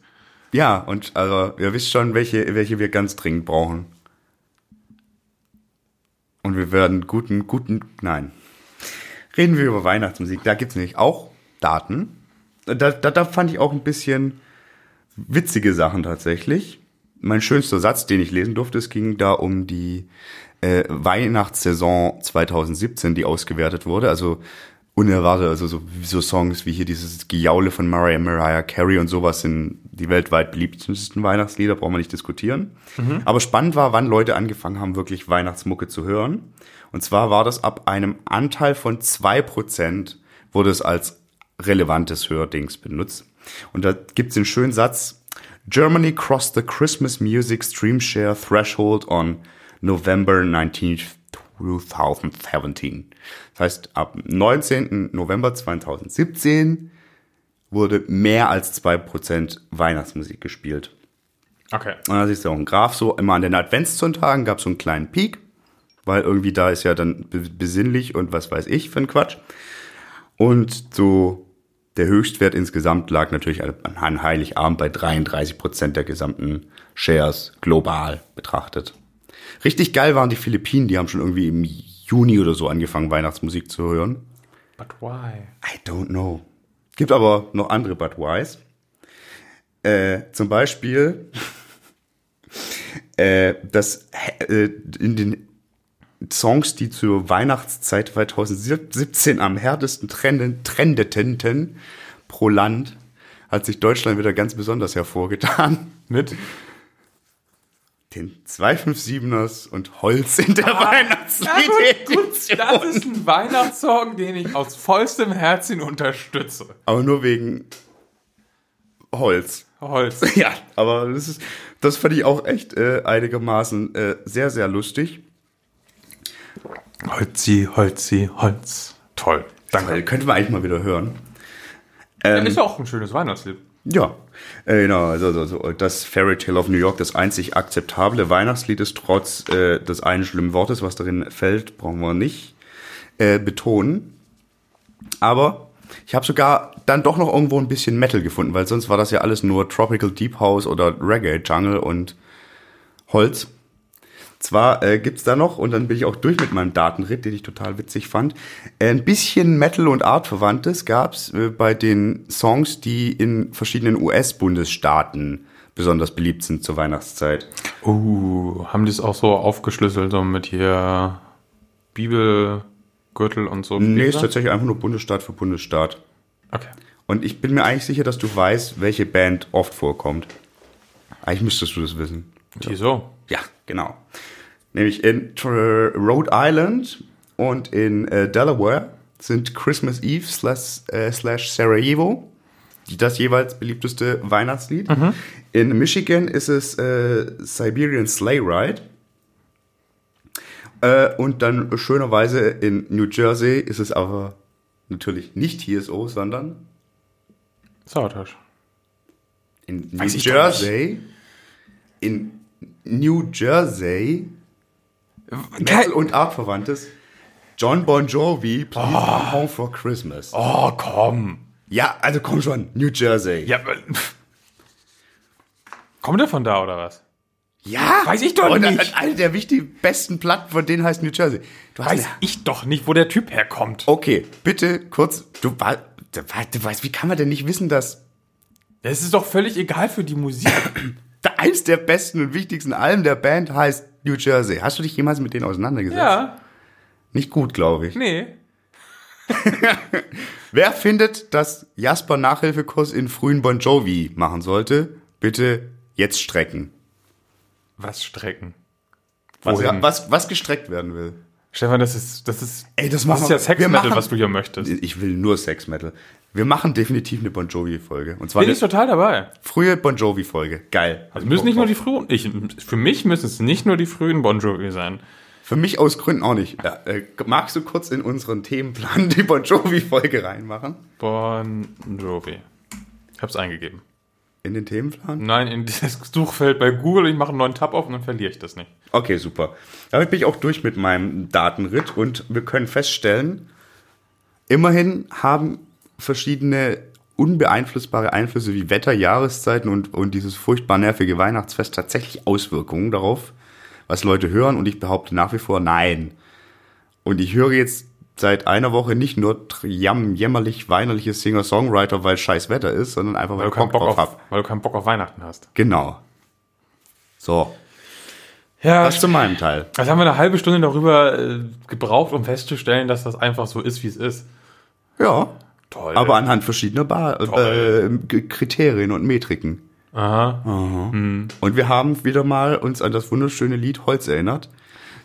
Speaker 3: Ja, und also, ihr wisst schon, welche, welche wir ganz dringend brauchen. Und wir werden guten, guten, nein. Reden wir über Weihnachtsmusik. Da gibt's nämlich auch Daten. Da, da, da fand ich auch ein bisschen witzige Sachen tatsächlich. Mein schönster Satz, den ich lesen durfte, es ging da um die äh, Weihnachtssaison 2017, die ausgewertet wurde. Also unerwartet, also so, so Songs wie hier dieses Gejaule von Mariah, Mariah Carey und sowas sind die weltweit beliebtesten Weihnachtslieder, brauchen wir nicht diskutieren. Aber spannend war, wann Leute angefangen haben, wirklich Weihnachtsmucke zu hören. Und zwar war das ab einem Anteil von 2% wurde es als relevantes Hördings benutzt. Und da gibt's den schönen Satz, Germany crossed the Christmas music stream share threshold on November 19th, 2017. Das heißt, ab 19. November 2017 wurde mehr als 2% Weihnachtsmusik gespielt.
Speaker 2: Okay.
Speaker 3: Und da siehst du auch einen Graph so. Immer an den Adventssonntagen gab es so einen kleinen Peak, weil irgendwie da ist ja dann be- besinnlich und was weiß ich für ein Quatsch. Und so der Höchstwert insgesamt lag natürlich an- an Heiligabend bei 33 Prozent der gesamten Shares global betrachtet. Richtig geil waren die Philippinen, die haben schon irgendwie im Juni oder so angefangen, Weihnachtsmusik zu hören.
Speaker 2: But why?
Speaker 3: I don't know. Gibt aber noch andere Bud Wise. Äh, zum Beispiel, äh, dass äh, in den Songs, die zur Weihnachtszeit 2017 am härtesten trenden, trendeten pro Land, hat sich Deutschland wieder ganz besonders hervorgetan.
Speaker 2: Mit?
Speaker 3: Den 257ers und Holz in der Weihnachtslied.
Speaker 2: Das ist ein Weihnachtssong, den ich aus vollstem Herzen unterstütze.
Speaker 3: Aber nur wegen Holz.
Speaker 2: Holz.
Speaker 3: Ja, aber das ist, das fand ich auch echt äh, einigermaßen äh, sehr, sehr lustig.
Speaker 2: Holzi, Holzi, Holz. Toll.
Speaker 3: Weil,
Speaker 2: Danke.
Speaker 3: könnten wir Äh, eigentlich mal wieder hören.
Speaker 2: ist auch ein schönes Weihnachtslied.
Speaker 3: Ja, äh, genau. Also, also, also das Fairy Tale of New York, das einzig akzeptable Weihnachtslied ist trotz äh, des einen schlimmen Wortes, was darin fällt, brauchen wir nicht äh, betonen. Aber ich habe sogar dann doch noch irgendwo ein bisschen Metal gefunden, weil sonst war das ja alles nur Tropical Deep House oder Reggae Jungle und Holz. Zwar äh, gibt's da noch, und dann bin ich auch durch mit meinem Datenritt, den ich total witzig fand, äh, ein bisschen Metal- und Art-Verwandtes gab's äh, bei den Songs, die in verschiedenen US-Bundesstaaten besonders beliebt sind zur Weihnachtszeit.
Speaker 2: Uh, haben die es auch so aufgeschlüsselt, so mit hier Bibelgürtel und so?
Speaker 3: Nee, ist
Speaker 2: Bibel?
Speaker 3: tatsächlich einfach nur Bundesstaat für Bundesstaat.
Speaker 2: Okay.
Speaker 3: Und ich bin mir eigentlich sicher, dass du weißt, welche Band oft vorkommt. Eigentlich müsstest du das wissen.
Speaker 2: Wieso?
Speaker 3: Ja, genau. Nämlich in Tr- Rhode Island und in äh, Delaware sind Christmas Eve slash, äh, slash Sarajevo die- das jeweils beliebteste Weihnachtslied. In Michigan ist es äh, Siberian Sleigh Ride. Äh, und dann schönerweise in New Jersey ist es aber natürlich nicht TSO, sondern
Speaker 2: Sauertasch.
Speaker 3: in New
Speaker 2: Weiß ich doch
Speaker 3: Jersey. In New Jersey. Metal und Artverwandtes. John Bon Jovi, Please
Speaker 2: Ah.
Speaker 3: Come Home for Christmas.
Speaker 2: Oh, komm.
Speaker 3: Ja, also komm schon, New Jersey.
Speaker 2: Ja, aber- Kommt er von da oder was?
Speaker 3: Ja!
Speaker 2: Weiß ich doch
Speaker 3: und
Speaker 2: nicht.
Speaker 3: Und eine der wichtigen, besten Platten von denen heißt New Jersey. Du hast
Speaker 2: Weiß
Speaker 3: eine-
Speaker 2: ich doch nicht, wo der Typ herkommt.
Speaker 3: Okay, bitte kurz. Du, wa- du, wa- du weißt, wie kann man denn nicht wissen, dass
Speaker 2: Das ist doch völlig egal für die Musik.
Speaker 3: da eins der besten und wichtigsten Alben der Band heißt New Jersey? Hast du dich jemals mit denen auseinandergesetzt?
Speaker 2: ja,
Speaker 3: Nicht gut, glaube ich.
Speaker 2: nee.
Speaker 3: Wer findet, dass Jasper Nachhilfekurs in frühen Bon Jovi machen sollte? Bitte jetzt strecken.
Speaker 2: Was strecken?
Speaker 3: Was,
Speaker 2: Wohin?
Speaker 3: was, was gestreckt werden will.
Speaker 2: Stefan, das ist, das ist,
Speaker 3: Ey, das
Speaker 2: das
Speaker 3: machen
Speaker 2: ist ja
Speaker 3: wir- wir
Speaker 2: Sex-Metal,
Speaker 3: machen-
Speaker 2: was du hier möchtest.
Speaker 3: Ich will nur Sex Metal. Wir machen definitiv eine Bon Jovi-Folge. Und zwar
Speaker 2: Bin
Speaker 3: eine
Speaker 2: ich total dabei.
Speaker 3: frühe Bon Jovi-Folge. Geil.
Speaker 2: Also müssen nicht nur die frühen, ich, für mich müssen es nicht nur die frühen Bon Jovi sein.
Speaker 3: Für mich aus Gründen auch nicht. Ja, äh, magst du kurz in unseren Themenplan die Bon Jovi-Folge reinmachen?
Speaker 2: Bon Jovi. Ich hab's eingegeben.
Speaker 3: In den Themenplan?
Speaker 2: Nein, in dieses Suchfeld bei Google, ich mache einen neuen Tab auf und dann verliere ich das nicht.
Speaker 3: Okay, super. Damit bin ich auch durch mit meinem Datenritt und wir können feststellen, immerhin haben verschiedene unbeeinflussbare Einflüsse wie Wetter, Jahreszeiten und, und dieses furchtbar nervige Weihnachtsfest tatsächlich Auswirkungen darauf, was Leute hören und ich behaupte nach wie vor nein. Und ich höre jetzt seit einer Woche nicht nur tr- jam, jämmerlich weinerliches Singer-Songwriter, weil scheiß Wetter ist, sondern einfach, weil
Speaker 2: Weil
Speaker 3: ich
Speaker 2: du, keinen
Speaker 3: Bock
Speaker 2: Bock
Speaker 3: drauf
Speaker 2: auf,
Speaker 3: hab.
Speaker 2: weil du keinen Bock auf Weihnachten hast.
Speaker 3: Genau. So,
Speaker 2: Ja,
Speaker 3: das zu meinem Teil.
Speaker 2: Also haben wir eine halbe Stunde darüber äh, gebraucht, um festzustellen, dass das einfach so ist, wie es ist.
Speaker 3: Ja,
Speaker 2: Toll.
Speaker 3: aber anhand verschiedener Bar äh,
Speaker 2: Toll.
Speaker 3: G- Kriterien und Metriken.
Speaker 2: Aha.
Speaker 3: Und wir haben wieder mal uns an das wunderschöne Lied Holz erinnert,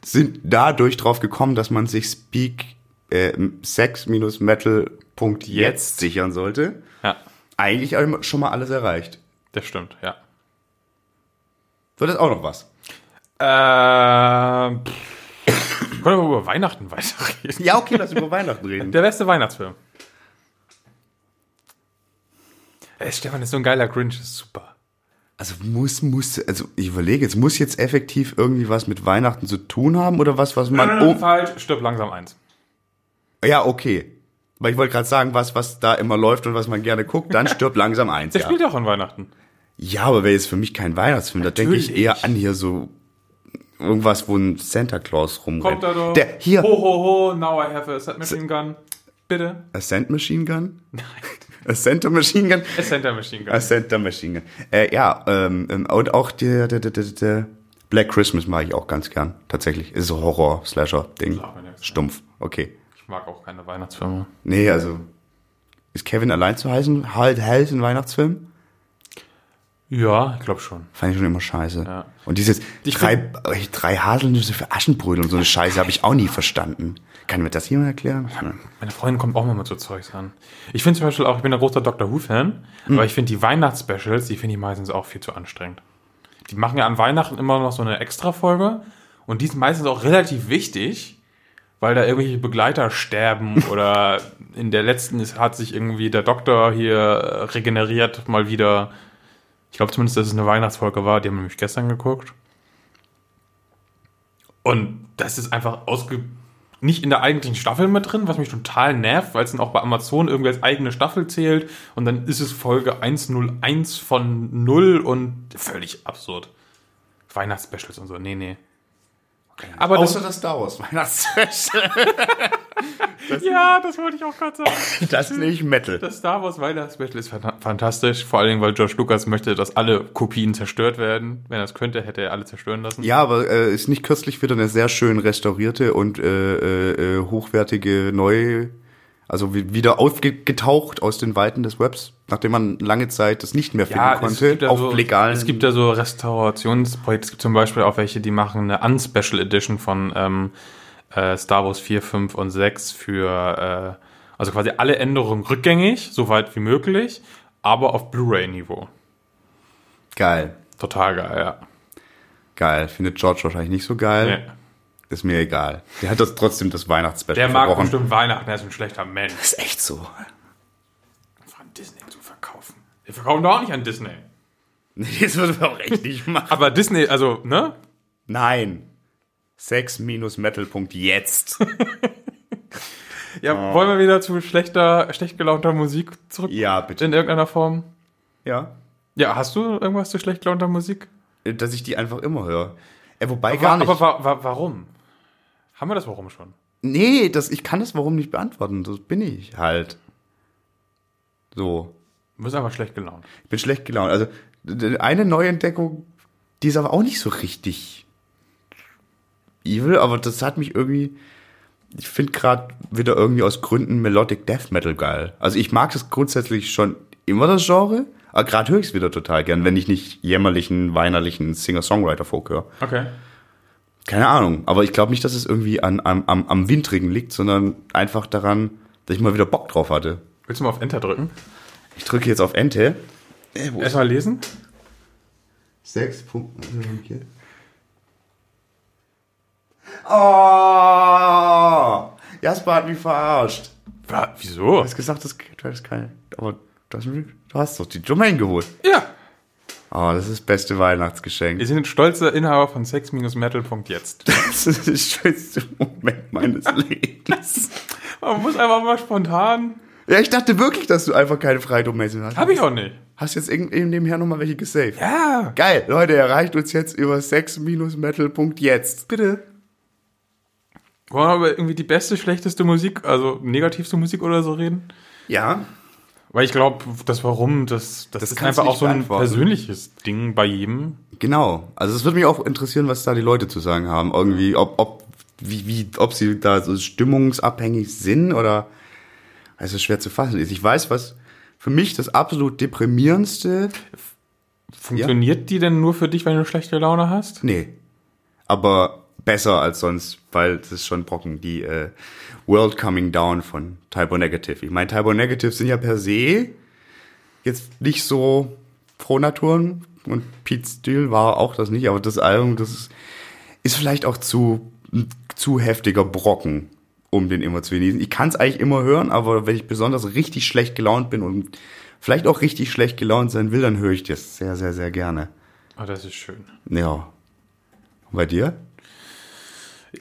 Speaker 3: sind dadurch drauf gekommen, dass man sich Speak äh, Sex-Metal.jetzt
Speaker 2: Jetzt.
Speaker 3: sichern sollte.
Speaker 2: Ja,
Speaker 3: Eigentlich einmal- schon mal alles erreicht.
Speaker 2: das stimmt, ja.
Speaker 3: So, das ist auch noch was.
Speaker 2: Ähm. pff. Können wir über Weihnachten weiterreden?
Speaker 3: Ja, okay, lass über Weihnachten reden.
Speaker 2: Der beste Weihnachtsfilm. Ey, Stefan ist so ein geiler Grinch, ist super.
Speaker 3: Also muss, muss, also ich überlege, jetzt muss jetzt effektiv irgendwie was mit Weihnachten zu tun haben oder was, was man... Oh,
Speaker 2: falsch, stirb langsam eins.
Speaker 3: Ja, okay. Weil ich wollte gerade sagen, was, was da immer läuft und was man gerne guckt, dann stirbt langsam eins.
Speaker 2: Der
Speaker 3: Ja.
Speaker 2: spielt auch an Weihnachten.
Speaker 3: ja, aber wäre jetzt für mich kein Weihnachtsfilm. Da denke ich
Speaker 2: Natürlich.
Speaker 3: eher an hier so irgendwas, wo ein Santa Claus
Speaker 2: Kommt
Speaker 3: rumrennt.
Speaker 2: da doch. Oh.
Speaker 3: Der, hier,
Speaker 2: Ho, ho, ho, now I have a Set Machine Gun. Bitte.
Speaker 3: A Santa Machine Gun? Nein. A Santa Machine Gun?
Speaker 2: A Center Machine Gun.
Speaker 3: A Santa Machine Gun. Äh, ja, ähm, ähm, und auch der, der, der, der, der Black Christmas mag ich auch ganz gern. Tatsächlich. Ist so Horror-Slasher-Ding.
Speaker 2: Sag mir nichts.
Speaker 3: Stumpf. Okay.
Speaker 2: Ich mag auch keine Weihnachtsfilme.
Speaker 3: Nee, also. Ist Kevin allein zu heißen? Halt, halt, ein Weihnachtsfilm?
Speaker 2: Ja, ich glaube schon.
Speaker 3: Fand ich schon immer scheiße.
Speaker 2: Ja.
Speaker 3: Und dieses
Speaker 2: Ich
Speaker 3: drei, drei Haselnüsse für Aschenbrödel und so eine Scheiße habe ich auch nie verstanden. Kann mir das jemand erklären?
Speaker 2: Meine Freundin kommt auch mal mit so Zeugs an. Ich finde zum Beispiel auch, ich bin ein großer Doctor Who-Fan, aber ich finde die Weihnachtsspecials, die finde ich meistens auch viel zu anstrengend. Die machen ja an Weihnachten immer noch so eine Extra-Folge und die ist meistens auch relativ wichtig, weil da irgendwelche Begleiter sterben oder in der letzten ist, hat sich irgendwie der Doktor hier äh, regeneriert mal wieder. Ich glaube zumindest, dass es eine Weihnachtsfolge war, die haben wir nämlich gestern geguckt. Und das ist einfach ausge nicht in der eigentlichen Staffel mit drin, was mich total nervt, weil es dann auch bei Amazon irgendwie als eigene Staffel zählt und dann ist es Folge 101 von 0 und völlig absurd. Weihnachtsspecials und so, nee, nee. Aber
Speaker 3: Außer das Star Wars Weihnachtsfest.
Speaker 2: das, ja, das wollte ich auch gerade sagen.
Speaker 3: Das ist nicht Metal.
Speaker 2: Das Star Wars Weihnachtsspecial ist fan- fantastisch, vor allen Dingen, weil George Lucas möchte, dass alle Kopien zerstört werden. Wenn er es könnte, hätte er alle zerstören lassen.
Speaker 3: Ja, aber äh, ist nicht kürzlich wieder eine sehr schön restaurierte und äh, äh, hochwertige neue, also wie- wieder aufgetaucht aus den Weiten des Webs, nachdem man lange Zeit das nicht mehr finden konnte,
Speaker 2: da
Speaker 3: auf
Speaker 2: so,
Speaker 3: legalen.
Speaker 2: Es gibt ja so Restaurationsprojekte, es gibt zum Beispiel auch welche, die machen eine Unspecial Edition von ähm, äh, Star Wars 4, 5 und 6 für, äh, also quasi alle Änderungen rückgängig, soweit wie möglich, aber auf Blu-ray-Niveau.
Speaker 3: geil,
Speaker 2: Total geil, ja.
Speaker 3: geil. Findet George wahrscheinlich nicht so geil.
Speaker 2: Nee.
Speaker 3: Ist mir egal. Der hat das trotzdem das Weihnachtsspecial
Speaker 2: Der mag
Speaker 3: verbrochen.
Speaker 2: bestimmt Weihnachten, er ist ein schlechter Mensch.
Speaker 3: Das ist echt so.
Speaker 2: Von Disney zu verkaufen. Wir verkaufen doch auch nicht an Disney.
Speaker 3: Nee, das würden wir auch echt nicht machen.
Speaker 2: Aber Disney, also, ne?
Speaker 3: Nein. Sex-Metal. Jetzt.
Speaker 2: Ja, wollen wir wieder zu schlechter, schlecht gelaunter Musik zurück?
Speaker 3: Ja, bitte.
Speaker 2: In irgendeiner Form?
Speaker 3: Ja.
Speaker 2: Ja, hast du irgendwas zu schlecht gelaunter Musik?
Speaker 3: dass ich die einfach immer höre. Äh, wobei
Speaker 2: Wa-
Speaker 3: gar nicht.
Speaker 2: Aber wa wa warum? Haben wir das warum schon?
Speaker 3: nee, das, ich kann das warum nicht beantworten. Das bin ich halt. So.
Speaker 2: Du bist einfach schlecht gelaunt.
Speaker 3: Ich bin schlecht gelaunt. Also d- d- eine Neuentdeckung, die ist aber auch nicht so richtig evil, aber das hat mich irgendwie. Ich finde gerade wieder irgendwie aus Gründen Melodic Death Metal geil. Also ich mag das grundsätzlich schon immer das Genre, aber gerade höre ich es wieder total gern, wenn ich nicht jämmerlichen, weinerlichen Singer-Songwriter-Folk höre.
Speaker 2: Okay.
Speaker 3: Keine Ahnung, aber ich glaube nicht, dass es irgendwie an, am, am, am Windrigen liegt, sondern einfach daran, dass ich mal wieder Bock drauf hatte.
Speaker 2: Willst du mal auf Enter drücken?
Speaker 3: Ich drücke jetzt auf Ente.
Speaker 2: Erstmal lesen?
Speaker 3: Sechs Punkte. Oh! Jasper hat mich verarscht.
Speaker 2: Wa wieso?
Speaker 3: Du hast gesagt, das, du hast keine. Aber du hast, du hast doch die Domain geholt.
Speaker 2: Ja.
Speaker 3: Oh, das ist das beste Weihnachtsgeschenk.
Speaker 2: Wir sind stolze Inhaber von sex-metal.jetzt.
Speaker 3: Das ist der schönste Moment meines Lebens.
Speaker 2: Man muss einfach mal spontan.
Speaker 3: Ja, ich dachte wirklich, dass du einfach keine freie Domain hast.
Speaker 2: Hab ich auch nicht.
Speaker 3: Hast jetzt irgend- eben nebenher nochmal welche gesaved?
Speaker 2: Ja.
Speaker 3: Geil, Leute, erreicht uns jetzt über sex-metal.jetzt. Bitte.
Speaker 2: Wollen wir über irgendwie die beste, schlechteste Musik, also negativste Musik oder so reden?
Speaker 3: Ja,
Speaker 2: Weil ich glaube, das Warum, das, das,
Speaker 3: Das
Speaker 2: ist
Speaker 3: kannst du
Speaker 2: einfach auch
Speaker 3: nicht
Speaker 2: so ein
Speaker 3: beantworten.
Speaker 2: persönliches Ding bei jedem.
Speaker 3: Genau. Also es würde mich auch interessieren, was da die Leute zu sagen haben. Irgendwie, ob, ob, wie, wie, ob sie da so stimmungsabhängig sind oder also schwer zu fassen ist. Ich weiß, was für mich das absolut deprimierendste.
Speaker 2: Funktioniert die denn nur für dich, wenn du schlechte Laune hast?
Speaker 3: Nee. Aber besser als sonst, weil es ist schon Brocken. Die äh, World Coming Down von Typo Negative. Ich meine, Typo Negative sind ja per se jetzt nicht so Frohnaturen und Pete Steele war auch das nicht, aber das Album, das ist, ist vielleicht auch zu, ein zu heftiger Brocken, um den immer zu genießen. Ich kann es eigentlich immer hören, aber wenn ich besonders richtig schlecht gelaunt bin und vielleicht auch richtig schlecht gelaunt sein will, dann höre ich das sehr, sehr, sehr gerne.
Speaker 2: Ah, das ist schön.
Speaker 3: Ja. Und bei dir?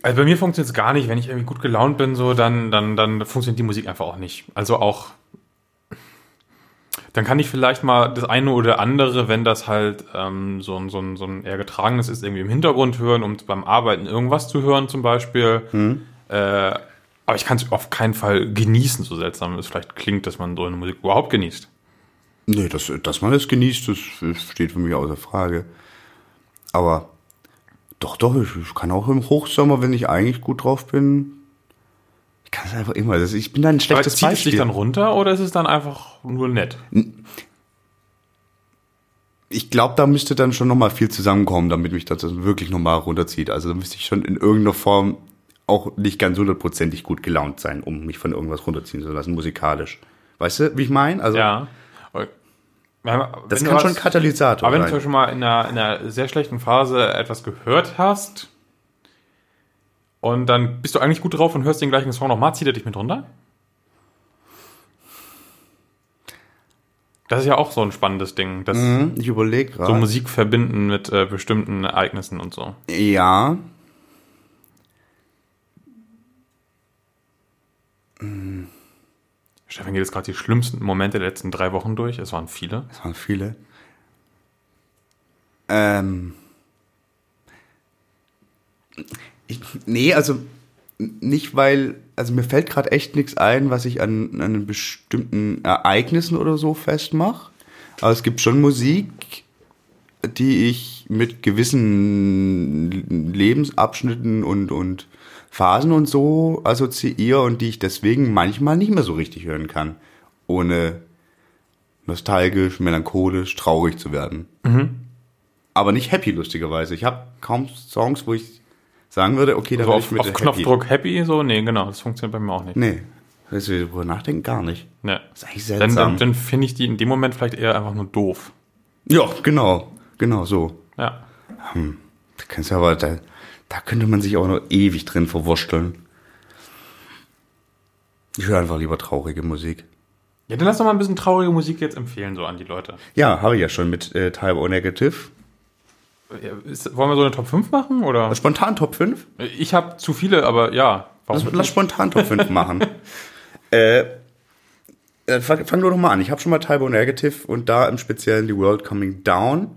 Speaker 2: Also bei mir funktioniert es gar nicht. Wenn ich irgendwie gut gelaunt bin, so, dann, dann, dann funktioniert die Musik einfach auch nicht. Also auch. Dann kann ich vielleicht mal das eine oder andere, wenn das halt ähm, so, ein, so, ein, so ein eher getragenes ist, irgendwie im Hintergrund hören, um beim Arbeiten irgendwas zu hören zum Beispiel.
Speaker 3: Mhm.
Speaker 2: Äh, aber ich kann es auf keinen Fall genießen, so seltsam es vielleicht klingt, dass man so eine Musik überhaupt genießt.
Speaker 3: Nee, dass, dass man es genießt, das steht für mich außer Frage. Aber doch, doch, ich, ich kann auch im Hochsommer, wenn ich eigentlich gut drauf bin, ich kann es einfach immer. Das, ich bin da ein
Speaker 2: Aber
Speaker 3: schlechtes
Speaker 2: zieht es dich
Speaker 3: Beispiel.
Speaker 2: dann runter oder ist es dann einfach nur nett?
Speaker 3: ich glaube, da müsste dann schon nochmal viel zusammenkommen, damit mich das wirklich nochmal runterzieht. Also da müsste ich schon in irgendeiner Form auch nicht ganz hundertprozentig gut gelaunt sein, um mich von irgendwas runterziehen zu lassen, musikalisch. Weißt du, wie ich meine? Also
Speaker 2: Ja.
Speaker 3: das kann schon ein Katalysator
Speaker 2: Aber wenn du
Speaker 3: sein.
Speaker 2: zum Beispiel mal in einer, in einer sehr schlechten Phase etwas gehört hast und dann bist du eigentlich gut drauf und hörst den gleichen Song nochmal, zieht er dich mit runter? Das ist ja auch so ein spannendes Ding, das
Speaker 3: Hm, Ich überlege
Speaker 2: so
Speaker 3: gerade.
Speaker 2: Musik verbinden mit äh, bestimmten Ereignissen und so.
Speaker 3: ja.
Speaker 2: Stefan geht jetzt gerade die schlimmsten Momente der letzten drei Wochen durch. Es waren viele.
Speaker 3: Das waren viele. Ähm. Ich, nee, also n- nicht, weil, also mir fällt gerade echt nichts ein, was ich an, an bestimmten Ereignissen oder so festmache. Aber es gibt schon Musik, die ich mit gewissen Lebensabschnitten und, und Phasen und so assoziiere und die ich deswegen manchmal nicht mehr so richtig hören kann. Ohne nostalgisch, melancholisch, traurig zu werden.
Speaker 2: Mhm.
Speaker 3: Aber nicht happy, lustigerweise. Ich habe kaum Songs, wo ich sagen würde, okay, da
Speaker 2: So
Speaker 3: werd
Speaker 2: Also auf,
Speaker 3: ich mit
Speaker 2: auf
Speaker 3: happy.
Speaker 2: Knopfdruck happy, so? Nee, genau, das funktioniert bei mir auch nicht.
Speaker 3: Nee. Weißt du, darüber nachdenken? Gar nicht.
Speaker 2: Nee.
Speaker 3: Ist eigentlich
Speaker 2: Dann,
Speaker 3: seltsam.
Speaker 2: dann, dann finde ich die in dem Moment vielleicht eher einfach nur doof.
Speaker 3: ja, genau. Genau so.
Speaker 2: Ja.
Speaker 3: Da kannst du aber, da, da könnte man sich auch noch ewig drin verwursteln. Ich höre einfach lieber traurige Musik.
Speaker 2: Ja, dann lass doch mal ein bisschen traurige Musik jetzt empfehlen, so an die Leute.
Speaker 3: Ja, habe ich ja schon mit äh, Type O Negative.
Speaker 2: Ja, Äh, ist, wollen wir so eine Top 5 machen? Oder?
Speaker 3: Spontan Top 5?
Speaker 2: Ich habe zu viele, aber ja. Warum
Speaker 3: Lass, lass spontan Top 5 machen. Äh, Äh, fang, fang nur noch mal an. Ich habe schon mal Tybo Negative und da im Speziellen die World Coming Down.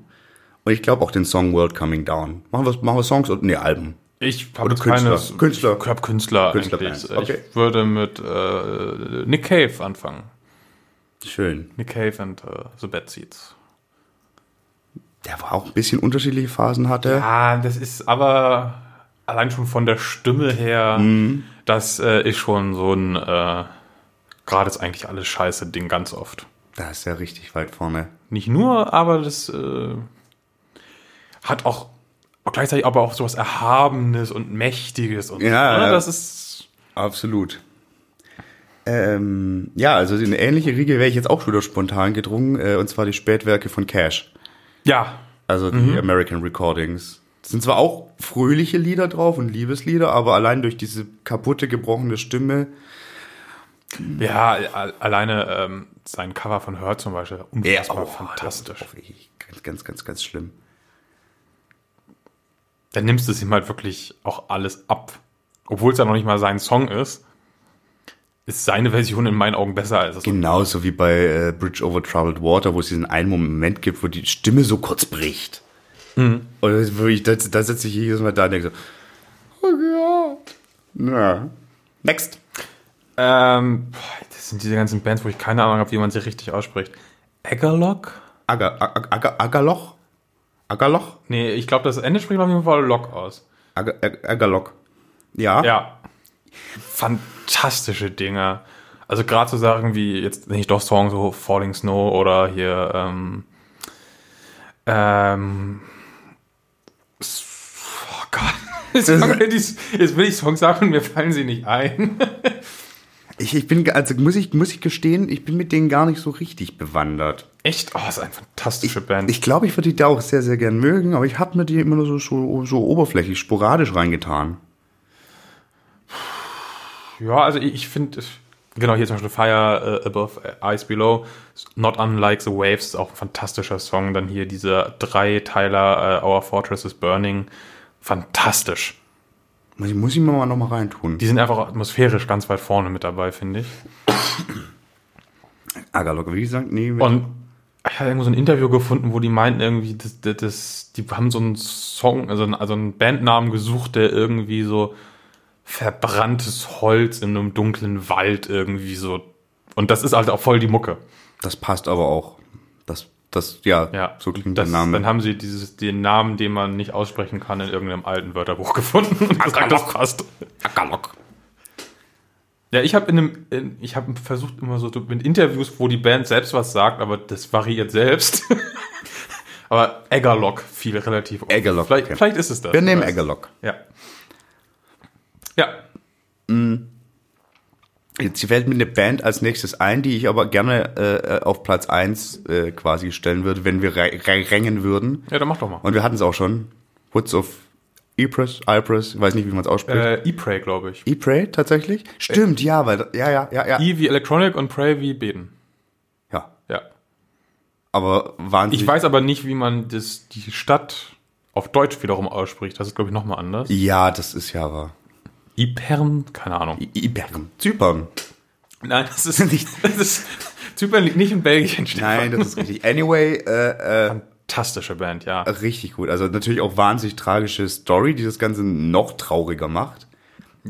Speaker 3: Und ich glaube auch den Song World Coming Down. Machen wir, machen wir Songs und nee, Alben.
Speaker 2: Ich
Speaker 3: Oder
Speaker 2: habe jetzt
Speaker 3: Künstler.
Speaker 2: keine.
Speaker 3: Künstler.
Speaker 2: Ich hab Künstler,
Speaker 3: Künstler
Speaker 2: eigentlich.
Speaker 3: Bands. Okay.
Speaker 2: Ich würde mit äh, Nick Cave anfangen.
Speaker 3: Schön.
Speaker 2: Nick Cave and äh, The Bad Seeds.
Speaker 3: Der war auch ein bisschen unterschiedliche Phasen hatte.
Speaker 2: Ah, das ist aber allein schon von der Stimme her,
Speaker 3: Mhm.
Speaker 2: das äh, ist schon so ein äh, gerade ist eigentlich alles scheiße Ding ganz oft.
Speaker 3: Da ist er richtig weit vorne.
Speaker 2: Nicht nur, aber das äh, hat auch auch gleichzeitig aber auch sowas Erhabenes und Mächtiges und
Speaker 3: Ja,
Speaker 2: so,
Speaker 3: ja.
Speaker 2: ne? das ist
Speaker 3: Absolut. Ähm, ja, also in eine ähnliche Riege wäre ich jetzt auch schon wieder spontan gedrungen, äh, und zwar die Spätwerke von Cash.
Speaker 2: ja
Speaker 3: Also die American Recordings. Es sind zwar auch fröhliche Lieder drauf und Liebeslieder, aber allein durch diese kaputte, gebrochene Stimme.
Speaker 2: ja a- alleine ähm, sein Cover von Hurt zum Beispiel unfassbar fantastisch.
Speaker 3: Oh, Das ist auch wirklich ganz, ganz, ganz, ganz schlimm.
Speaker 2: Dann nimmst du es ihm halt wirklich auch alles ab. Obwohl es ja noch nicht mal sein Song ist, ist seine Version in meinen Augen besser als das.
Speaker 3: Genau. Genauso wie bei äh, Bridge Over Troubled Water, wo es diesen einen Moment gibt, wo die Stimme so kurz bricht. Und das ist wirklich, da, da sitze ich jedes Mal da und denke so, oh ja. Na. Next.
Speaker 2: Ähm, boah, das sind diese ganzen Bands, wo ich keine Ahnung habe, wie man sie richtig ausspricht. Eggerlock?
Speaker 3: Agar, Agar, Agar, Agarloch? Agarloch?
Speaker 2: Nee, ich glaube, das Ende spricht man auf jeden Fall Lock aus.
Speaker 3: Agar, Ag- Agarloch. Ja.
Speaker 2: Ja. Fantastische Dinger. Also gerade so Sachen wie jetzt nicht doch Songs so Falling Snow oder hier ähm, ähm s- oh Gott. Jetzt, fangen wir die, jetzt will ich Songs sagen und mir fallen sie nicht ein.
Speaker 3: Ich, ich bin, ge- also muss ich, muss ich gestehen, ich bin mit denen gar nicht so richtig bewandert.
Speaker 2: Echt? Oh, ist eine fantastische Band.
Speaker 3: Ich glaube, ich würde die da auch sehr, sehr gern mögen, aber ich habe mir die immer nur so, so, so oberflächlich, sporadisch reingetan.
Speaker 2: Ja, also ich, ich finde, genau hier zum Beispiel Fire äh, Above äh, Eyes Below, Not Unlike the Waves, ist auch ein fantastischer Song. Dann hier dieser Dreiteiler äh, Our Fortress is Burning, fantastisch.
Speaker 3: Muss ich, muss ich mir mal nochmal reintun.
Speaker 2: Die sind einfach atmosphärisch ganz weit vorne mit dabei, finde ich.
Speaker 3: Agarlock, wie gesagt, nee. mit-
Speaker 2: Und ich habe irgendwo so ein Interview gefunden, wo die meinten irgendwie, das, das, das, die haben so einen Song, also einen, also einen Bandnamen gesucht, der irgendwie so verbranntes Holz in einem dunklen Wald irgendwie so. Und das ist halt auch voll die Mucke.
Speaker 3: Das passt aber auch. Das, das, ja,
Speaker 2: Ja,
Speaker 3: so klingt
Speaker 2: das,
Speaker 3: der Name.
Speaker 2: Dann haben sie dieses, den Namen, den man nicht aussprechen kann, in irgendeinem alten Wörterbuch gefunden und gesagt, das passt.
Speaker 3: Agarlock.
Speaker 2: Ja, ich habe in einem, in, ich habe versucht immer so mit Interviews, wo die Band selbst was sagt, aber das variiert selbst. aber Eggerlock fiel relativ oft.
Speaker 3: Eggerlock,
Speaker 2: Vielleicht,
Speaker 3: okay.
Speaker 2: vielleicht ist es das.
Speaker 3: Wir nehmen
Speaker 2: Wer weiß.
Speaker 3: Agarlock.
Speaker 2: Ja. Ja.
Speaker 3: Jetzt fällt mir eine Band als nächstes ein, die ich aber gerne äh, auf Platz eins äh, quasi stellen würde, wenn wir re- re- rängen würden.
Speaker 2: Ja, dann mach doch mal.
Speaker 3: Und wir hatten es auch schon. Woods of Ypres, Ypres, ich weiß nicht, wie man es ausspricht.
Speaker 2: Äh, E-Pray, glaube ich.
Speaker 3: Ypres tatsächlich? Stimmt, ja, weil, ja, ja, ja, ja.
Speaker 2: E wie Electronic und Pray wie Beten.
Speaker 3: ja.
Speaker 2: Ja.
Speaker 3: Aber wahnsinnig.
Speaker 2: Ich weiß aber nicht, wie man das, die Stadt auf Deutsch wiederum ausspricht. Das ist, glaube ich, nochmal anders.
Speaker 3: Ja, das ist ja wahr.
Speaker 2: Ipern? Keine Ahnung.
Speaker 3: Ibern. Zypern.
Speaker 2: Nein, das ist nicht. Das ist, Zypern liegt nicht in Belgien. Stefan.
Speaker 3: Nein, das ist richtig. Anyway, äh,
Speaker 2: Fantastische Band, ja.
Speaker 3: Richtig gut. Also natürlich auch wahnsinnig tragische Story, die das Ganze noch trauriger macht.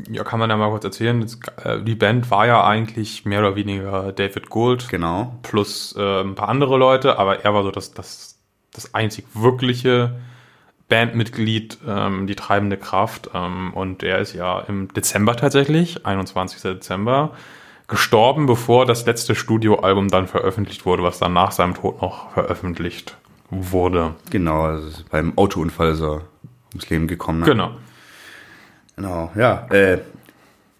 Speaker 2: Ja, kann man ja mal kurz erzählen. Das, äh, die Band war ja eigentlich mehr oder weniger David Gould
Speaker 3: Genau.
Speaker 2: plus äh, ein paar andere Leute, aber er war so das, das, das einzig wirkliche Bandmitglied, ähm, die treibende Kraft. Ähm, und er ist ja im Dezember tatsächlich, 21. Dezember, gestorben, bevor das letzte Studioalbum dann veröffentlicht wurde, was dann nach seinem Tod noch veröffentlicht wurde.
Speaker 3: Genau, also beim Autounfall ist er ums Leben gekommen. Ne?
Speaker 2: Genau.
Speaker 3: Genau, ja. Äh,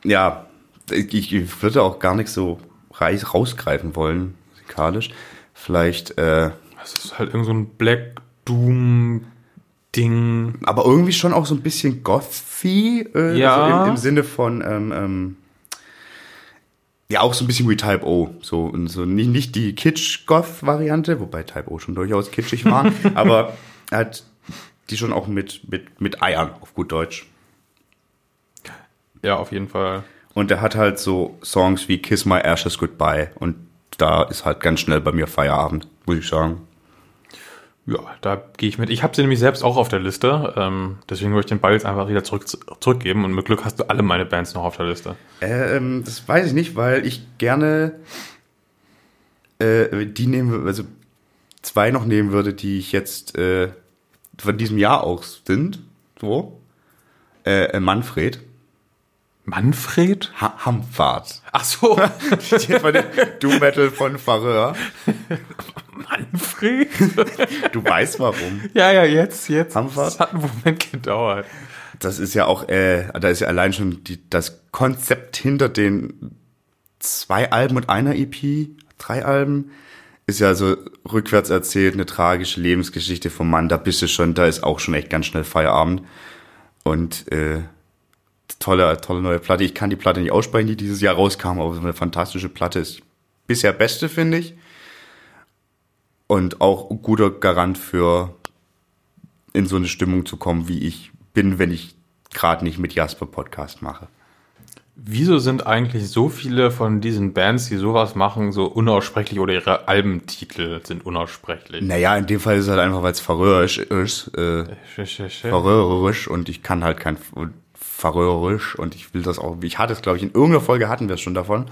Speaker 3: ja, ich, ich würde auch gar nicht so reis, rausgreifen wollen, musikalisch. Vielleicht, äh,
Speaker 2: Das ist halt irgend so ein Black Doom Ding.
Speaker 3: aber irgendwie schon auch so ein bisschen gothy, äh,
Speaker 2: Ja.
Speaker 3: also im, im Sinne von, ähm, ähm, ja, auch so ein bisschen wie Type O. So, und so nicht, nicht die Kitsch-Goth-Variante, wobei Type O schon durchaus kitschig war, aber hat die schon auch mit, mit, mit Eiern auf gut Deutsch.
Speaker 2: Ja, auf jeden Fall.
Speaker 3: Und er hat halt so Songs wie Kiss My Ashes Goodbye. Und da ist halt ganz schnell bei mir Feierabend, muss ich sagen.
Speaker 2: Ja, da gehe ich mit. Ich habe sie nämlich selbst auch auf der Liste. Ähm, deswegen würde ich den Ball jetzt einfach wieder zurück, zurückgeben. Und mit Glück hast du alle meine Bands noch auf der Liste.
Speaker 3: Ähm, das weiß ich nicht, weil ich gerne äh, die nehmen, wür- also zwei noch nehmen würde, die ich jetzt äh, von diesem Jahr auch sind. So. Äh, äh, Manfred.
Speaker 2: Manfred?
Speaker 3: Ha Hamfahrt.
Speaker 2: Ach so,
Speaker 3: Doom Metal von Faröer.
Speaker 2: Manfred?
Speaker 3: Du weißt warum.
Speaker 2: Ja, ja, jetzt, jetzt.
Speaker 3: Hamfahrt?
Speaker 2: Das hat einen Moment gedauert.
Speaker 3: Das ist ja auch, äh, da ist ja allein schon die, das Konzept hinter den zwei Alben und einer EP, drei Alben, ist ja so rückwärts erzählt, eine tragische Lebensgeschichte vom Mann. Da bist du schon, da ist auch schon echt ganz schnell Feierabend. Und äh, tolle, tolle neue Platte. Ich kann die Platte nicht aussprechen, die dieses Jahr rauskam, aber es ist eine fantastische Platte ist bisher beste, finde ich. Und auch ein guter Garant für in so eine Stimmung zu kommen, wie ich bin, wenn ich gerade nicht mit Jasper Podcast mache.
Speaker 2: Wieso sind eigentlich so viele von diesen Bands, die sowas machen, so unaussprechlich oder ihre Albentitel sind unaussprechlich?
Speaker 3: Naja, in dem Fall ist es halt einfach, weil es verröhrisch ist, äh,
Speaker 2: Nee.
Speaker 3: verröhrisch und ich kann halt kein F- verröhrisch und ich will das auch, ich hatte es glaube ich, in irgendeiner Folge hatten wir es schon davon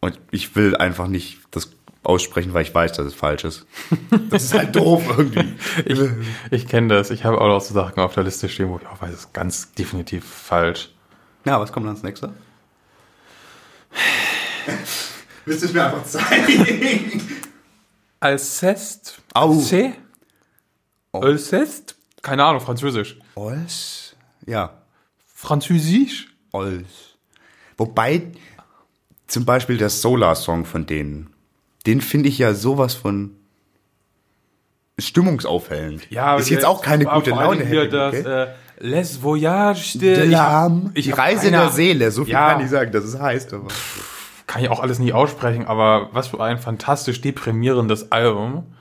Speaker 3: und ich will einfach nicht das aussprechen, weil ich weiß, dass es falsch ist. Das ist halt doof irgendwie.
Speaker 2: Ich, ich kenne das. Ich habe auch noch so Sachen auf der Liste stehen, wo ich auch weiß, es ist ganz definitiv falsch.
Speaker 3: Na, was kommt dann als nächstes? Willst du es mir einfach zeigen?
Speaker 2: Alcest?
Speaker 3: Au.
Speaker 2: C? Alcest? Keine Ahnung, Französisch.
Speaker 3: Ols? Ja,
Speaker 2: Französisch?
Speaker 3: Olls. Wobei zum Beispiel der Solar-Song von denen, den finde ich ja sowas von stimmungsaufhellend. ist jetzt auch keine
Speaker 2: war
Speaker 3: gute
Speaker 2: vor allem
Speaker 3: Laune.
Speaker 2: Hier
Speaker 3: Happy,
Speaker 2: das,
Speaker 3: okay?
Speaker 2: äh, Les Voyages
Speaker 3: Der
Speaker 2: de
Speaker 3: Lahm,
Speaker 2: Ich,
Speaker 3: die
Speaker 2: ich
Speaker 3: Reise in der Seele, so viel
Speaker 2: Ja.
Speaker 3: kann ich sagen, dass es heißt. Aber.
Speaker 2: Kann ich auch alles nicht aussprechen, aber was für ein fantastisch deprimierendes Album.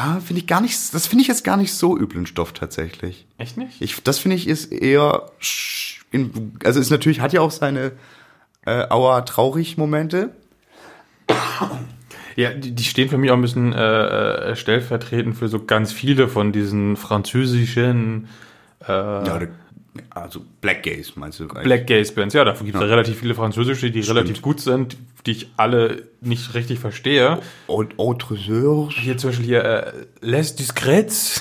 Speaker 3: Ja, finde ich gar nicht, das finde ich jetzt gar nicht so üblen Stoff tatsächlich.
Speaker 2: Echt nicht?
Speaker 3: Ich, das finde ich ist eher, sch- in, also ist natürlich, hat ja auch seine äh, Aua-Traurig-Momente.
Speaker 2: Ja, die, die stehen für mich auch ein bisschen äh, äh, stellvertretend für so ganz viele von diesen französischen
Speaker 3: Ja, da- also Black Gaze meinst du? Black
Speaker 2: Black Gaze Bands. Ja, davon gibt es ja. relativ viele französische, die relativ gut sind, die ich alle nicht richtig verstehe.
Speaker 3: und Autres Heures.
Speaker 2: Hier zum Beispiel hier äh, Les Discrets.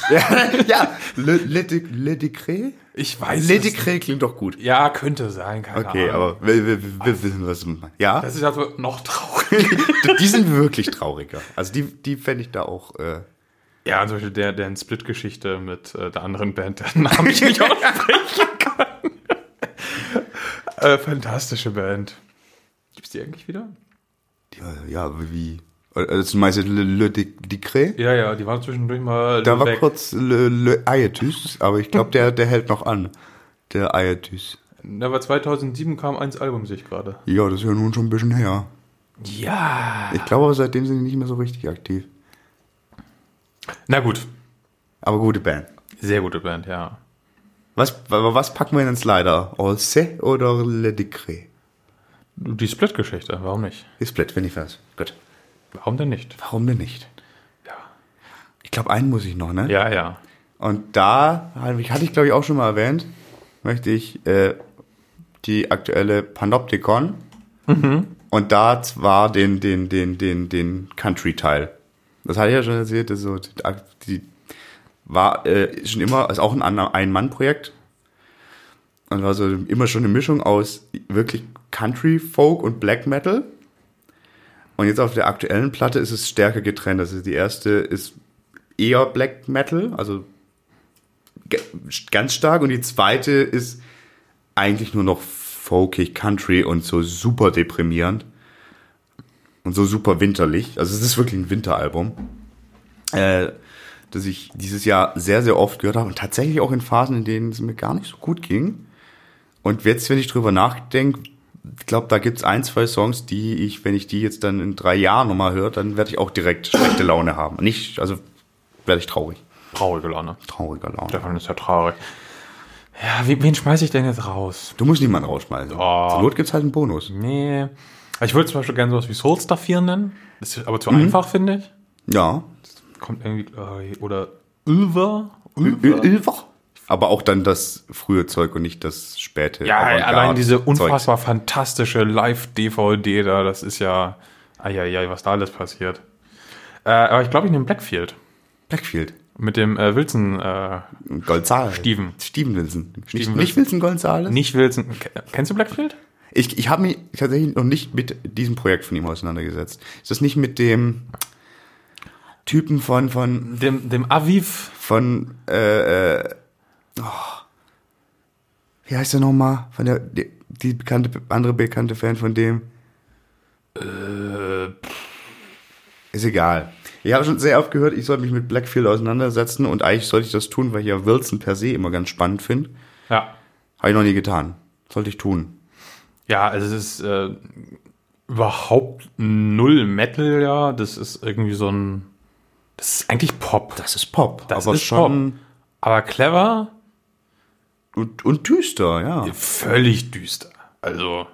Speaker 3: ja, Le, Le, De- Le Decret?
Speaker 2: Ich weiß
Speaker 3: Le
Speaker 2: es nicht.
Speaker 3: Decret klingt doch gut.
Speaker 2: Ja, könnte sein, keine
Speaker 3: Okay,
Speaker 2: Ahnung.
Speaker 3: aber wir, wir, wir- wir wissen, was du meinst. Ja,
Speaker 2: Das ist also noch traurig.
Speaker 3: die sind wirklich trauriger. Also die, die fände ich da auch. Äh,
Speaker 2: ja, zum Beispiel der, deren Split-Geschichte mit äh, der anderen Band, deren Namen ich nicht aussprechen kann. äh, fantastische Band. Gibt's die eigentlich wieder?
Speaker 3: die, äh, ja, wie. äh, Das meinst du Le, Le De- Decret?
Speaker 2: Ja, ja, die waren zwischendurch mal
Speaker 3: Da war
Speaker 2: weg.
Speaker 3: kurz Le, Le Aietus, aber ich glaube, der, der hält noch an. Der Aietus.
Speaker 2: Na, Aber 2007 kam eins Album, sehe ich gerade.
Speaker 3: Ja, das ist ja nun schon ein bisschen her.
Speaker 2: Ja.
Speaker 3: Ich glaube, aber seitdem sind die nicht mehr so richtig aktiv.
Speaker 2: Na gut,
Speaker 3: Aber gute Band.
Speaker 2: sehr gute Band, ja.
Speaker 3: Was, aber was packen wir in den Slider? Olse oder Le Decret?
Speaker 2: Die Split-Geschichte, warum nicht?
Speaker 3: Ist blöd, wenn ich weiß. Gut.
Speaker 2: Warum denn nicht?
Speaker 3: Warum denn nicht?
Speaker 2: Ja.
Speaker 3: Ich glaube, einen muss ich noch, ne?
Speaker 2: Ja, ja.
Speaker 3: Und da, hatte ich- hatte ich glaube ich auch schon mal erwähnt, möchte ich äh, die aktuelle Panopticon und da zwar den, den, den, den, den Country-Teil. Das hatte ich ja schon erzählt, das ist so, die, die war äh, schon immer, ist auch ein An- Ein-Mann-Projekt und war so immer schon eine Mischung aus wirklich Country, Folk und Black Metal. Und jetzt auf der aktuellen Platte ist es stärker getrennt. Also die erste ist eher Black Metal, also g- ganz stark. Und die zweite ist eigentlich nur noch folkig, Country und so super deprimierend. Und so super winterlich. Also es ist wirklich ein Winteralbum. Äh, das ich dieses Jahr sehr, sehr oft gehört habe. Und tatsächlich auch in Phasen, in denen es mir gar nicht so gut ging. Und jetzt, wenn ich drüber nachdenke, ich glaube, da gibt's ein, zwei Songs, die ich, wenn ich die jetzt dann in drei Jahren nochmal höre, dann werde ich auch direkt schlechte Laune haben. Nicht, also werde ich traurig.
Speaker 2: Traurige Laune.
Speaker 3: Trauriger Laune.
Speaker 2: Stefan ist ja traurig. Ja, wie- wen schmeiße ich denn jetzt raus?
Speaker 3: Du musst niemanden rausschmeißen.
Speaker 2: Oh.
Speaker 3: Zur Not gibt's halt einen Bonus.
Speaker 2: Nee. Also Ich würde zum Beispiel gerne sowas wie Soul Stuff hier nennen. Ist aber zu
Speaker 3: Mhm.
Speaker 2: einfach, finde ich.
Speaker 3: Ja.
Speaker 2: Kommt irgendwie, äh, oder Ulver?
Speaker 3: Ü- Ilver. Aber auch dann das frühe Zeug und nicht das späte.
Speaker 2: Ja,
Speaker 3: Avantgarde-
Speaker 2: allein diese
Speaker 3: Zeug.
Speaker 2: unfassbar fantastische Live-DVD da, das ist ja, ja, was da alles passiert. Äh, aber ich glaube, ich nehme Blackfield
Speaker 3: Blackfield.
Speaker 2: mit dem äh, Wilson, äh,
Speaker 3: Gonzales.
Speaker 2: Steven.
Speaker 3: Steven Wilson. nicht,
Speaker 2: Wilson.
Speaker 3: nicht Wilson Gonzales?
Speaker 2: nicht Wilson. Ke- Kennst du Blackfield?
Speaker 3: Ich, ich habe mich tatsächlich noch nicht mit diesem Projekt von ihm auseinandergesetzt. Ist das nicht mit dem Typen von, von,
Speaker 2: Dem, dem Aviv.
Speaker 3: von, äh, äh, oh, wie heißt der nochmal? Von der, die, die bekannte, andere bekannte Fan von dem? Äh, Ist egal. Ich habe schon sehr oft gehört, ich soll mich mit Blackfield auseinandersetzen und eigentlich sollte ich das tun, weil ich ja Wilson per se immer ganz spannend finde.
Speaker 2: Ja.
Speaker 3: Habe ich noch nie getan. Sollte ich tun.
Speaker 2: Ja, also es ist äh, überhaupt null Metal, ja. Das ist irgendwie so ein. Das ist eigentlich Pop.
Speaker 3: Das ist Pop.
Speaker 2: Das
Speaker 3: aber
Speaker 2: ist
Speaker 3: schon
Speaker 2: Pop. Aber clever,
Speaker 3: Und, und düster, ja.
Speaker 2: völlig düster. Also.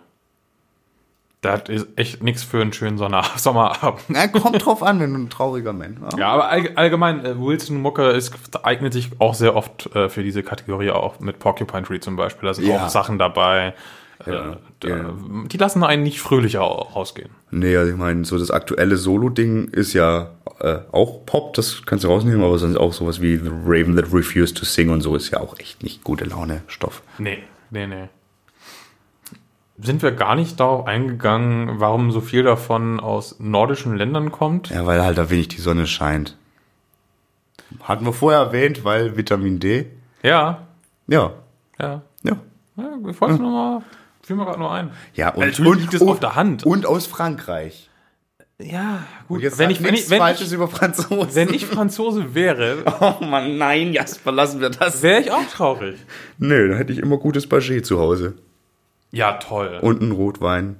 Speaker 2: Das ist echt nichts für einen schönen Sonner Sommerabend.
Speaker 3: Na, kommt drauf an, wenn du ein trauriger Mensch bist.
Speaker 2: Ja, aber all, allgemein, äh, Wilson Mucke ist, eignet sich auch sehr oft äh, für diese Kategorie, auch mit Porcupine Tree zum Beispiel. Da sind
Speaker 3: Ja.
Speaker 2: auch Sachen dabei.
Speaker 3: Ja,
Speaker 2: Äh, da,
Speaker 3: ja.
Speaker 2: Die lassen einen nicht fröhlicher au- rausgehen.
Speaker 3: Nee, also ich meine, so das aktuelle Solo-Ding ist ja äh, auch Pop, das kannst du rausnehmen, aber sonst auch sowas wie The Raven That Refused to Sing und so ist ja auch echt nicht gute Laune Stoff.
Speaker 2: Nee, nee, nee. Sind wir gar nicht darauf eingegangen, warum so viel davon aus nordischen Ländern kommt?
Speaker 3: Ja, weil halt da wenig die Sonne scheint. Hatten wir vorher erwähnt, weil Vitamin D.
Speaker 2: Ja,
Speaker 3: Ja,
Speaker 2: ja.
Speaker 3: ja.
Speaker 2: ja ich wollte nur mal, fiel mir gerade nur ein.
Speaker 3: Ja, und,
Speaker 2: Natürlich liegt es auf der Hand.
Speaker 3: Und aus Frankreich.
Speaker 2: Ja, gut.
Speaker 3: Und jetzt
Speaker 2: Wenn
Speaker 3: sagt
Speaker 2: ich, wenn,
Speaker 3: nichts
Speaker 2: ich, wenn,
Speaker 3: Falsches
Speaker 2: ich,
Speaker 3: über Franzosen.
Speaker 2: wenn ich Franzose wäre,
Speaker 3: oh Mann, nein, Jasper, lassen wir das.
Speaker 2: wäre ich auch traurig.
Speaker 3: Nö, da hätte ich immer gutes Baget zu Hause.
Speaker 2: Ja, toll.
Speaker 3: Und einen Rotwein.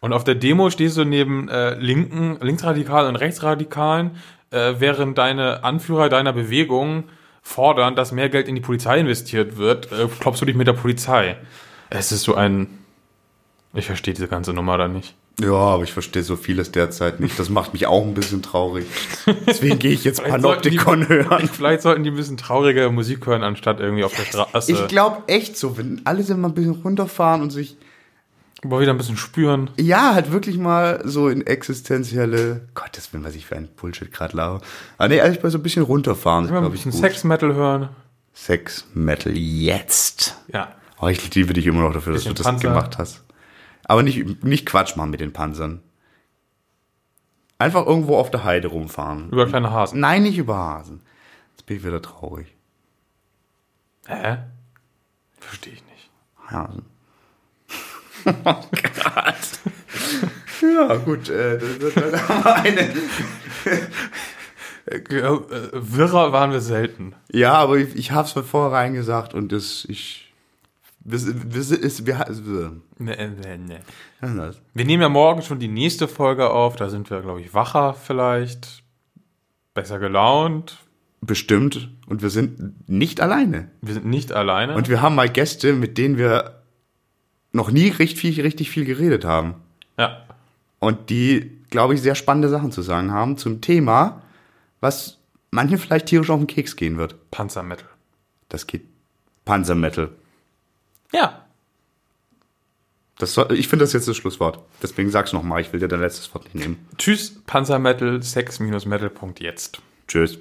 Speaker 2: Und auf der Demo stehst du neben äh, Linken, Linksradikalen und Rechtsradikalen, äh, während deine Anführer deiner Bewegung fordern, dass mehr Geld in die Polizei investiert wird, äh, klopfst du dich mit der Polizei. Es ist so ein... Ich verstehe diese ganze Nummer da nicht.
Speaker 3: Ja, aber ich verstehe so vieles derzeit nicht. Das macht mich auch ein bisschen traurig. Deswegen gehe ich jetzt Panoptikon
Speaker 2: sollten die-
Speaker 3: hören.
Speaker 2: Vielleicht sollten die ein bisschen traurige Musik hören, anstatt irgendwie auf der Straße.
Speaker 3: Ich glaube echt so, wenn alle sind mal ein bisschen runterfahren und sich,
Speaker 2: Mal wieder ein bisschen spüren.
Speaker 3: ja, halt wirklich mal so in existenzielle, Gottes Willen, was ich für ein Bullshit gerade laber. Aber nee, ehrlich, mal so ein bisschen runterfahren ist,
Speaker 2: Mal ein
Speaker 3: glaube ich,
Speaker 2: bisschen
Speaker 3: gut.
Speaker 2: Sex-Metal hören.
Speaker 3: Sex, Metal, jetzt.
Speaker 2: Ja.
Speaker 3: Oh, ich liebe dich immer noch dafür, dass du
Speaker 2: Bisschen
Speaker 3: das
Speaker 2: Panzer.
Speaker 3: gemacht hast. Aber nicht, nicht Quatsch machen mit den Panzern. Einfach irgendwo auf der Heide rumfahren.
Speaker 2: Über kleine Hasen.
Speaker 3: Nein, nicht über Hasen. Jetzt bin ich wieder traurig. Hm.
Speaker 2: Hä? Verstehe ich nicht.
Speaker 3: Hasen. oh Gott. Ja, gut. Äh, das wird dann aber eine.
Speaker 2: Äh, äh, wirrer waren wir selten.
Speaker 3: Ja, aber ich, ich habe es von vornherein gesagt und das, ich. Wir, sind- wir, sind- ist, wir, wir,
Speaker 2: Nee, nee, nee.
Speaker 3: wir,
Speaker 2: Wir nehmen ja morgen schon die nächste Folge auf. Da sind wir, glaube ich, wacher vielleicht. Besser gelaunt.
Speaker 3: bestimmt. Und wir sind nicht alleine.
Speaker 2: Wir sind nicht alleine.
Speaker 3: Und wir haben mal Gäste, mit denen wir noch nie richtig viel, richtig viel geredet haben.
Speaker 2: ja.
Speaker 3: und die, glaube ich, sehr spannende Sachen zu sagen haben zum Thema, was manchen vielleicht tierisch auf den Keks gehen wird.
Speaker 2: Panzermetal.
Speaker 3: Das geht Panzermetal.
Speaker 2: Ja.
Speaker 3: Das soll, ich finde das jetzt das Schlusswort. Deswegen sag's nochmal, ich will dir dein letztes Wort nicht nehmen.
Speaker 2: Tschüss, Panzermetal, sex-metal.jetzt.
Speaker 3: Tschüss.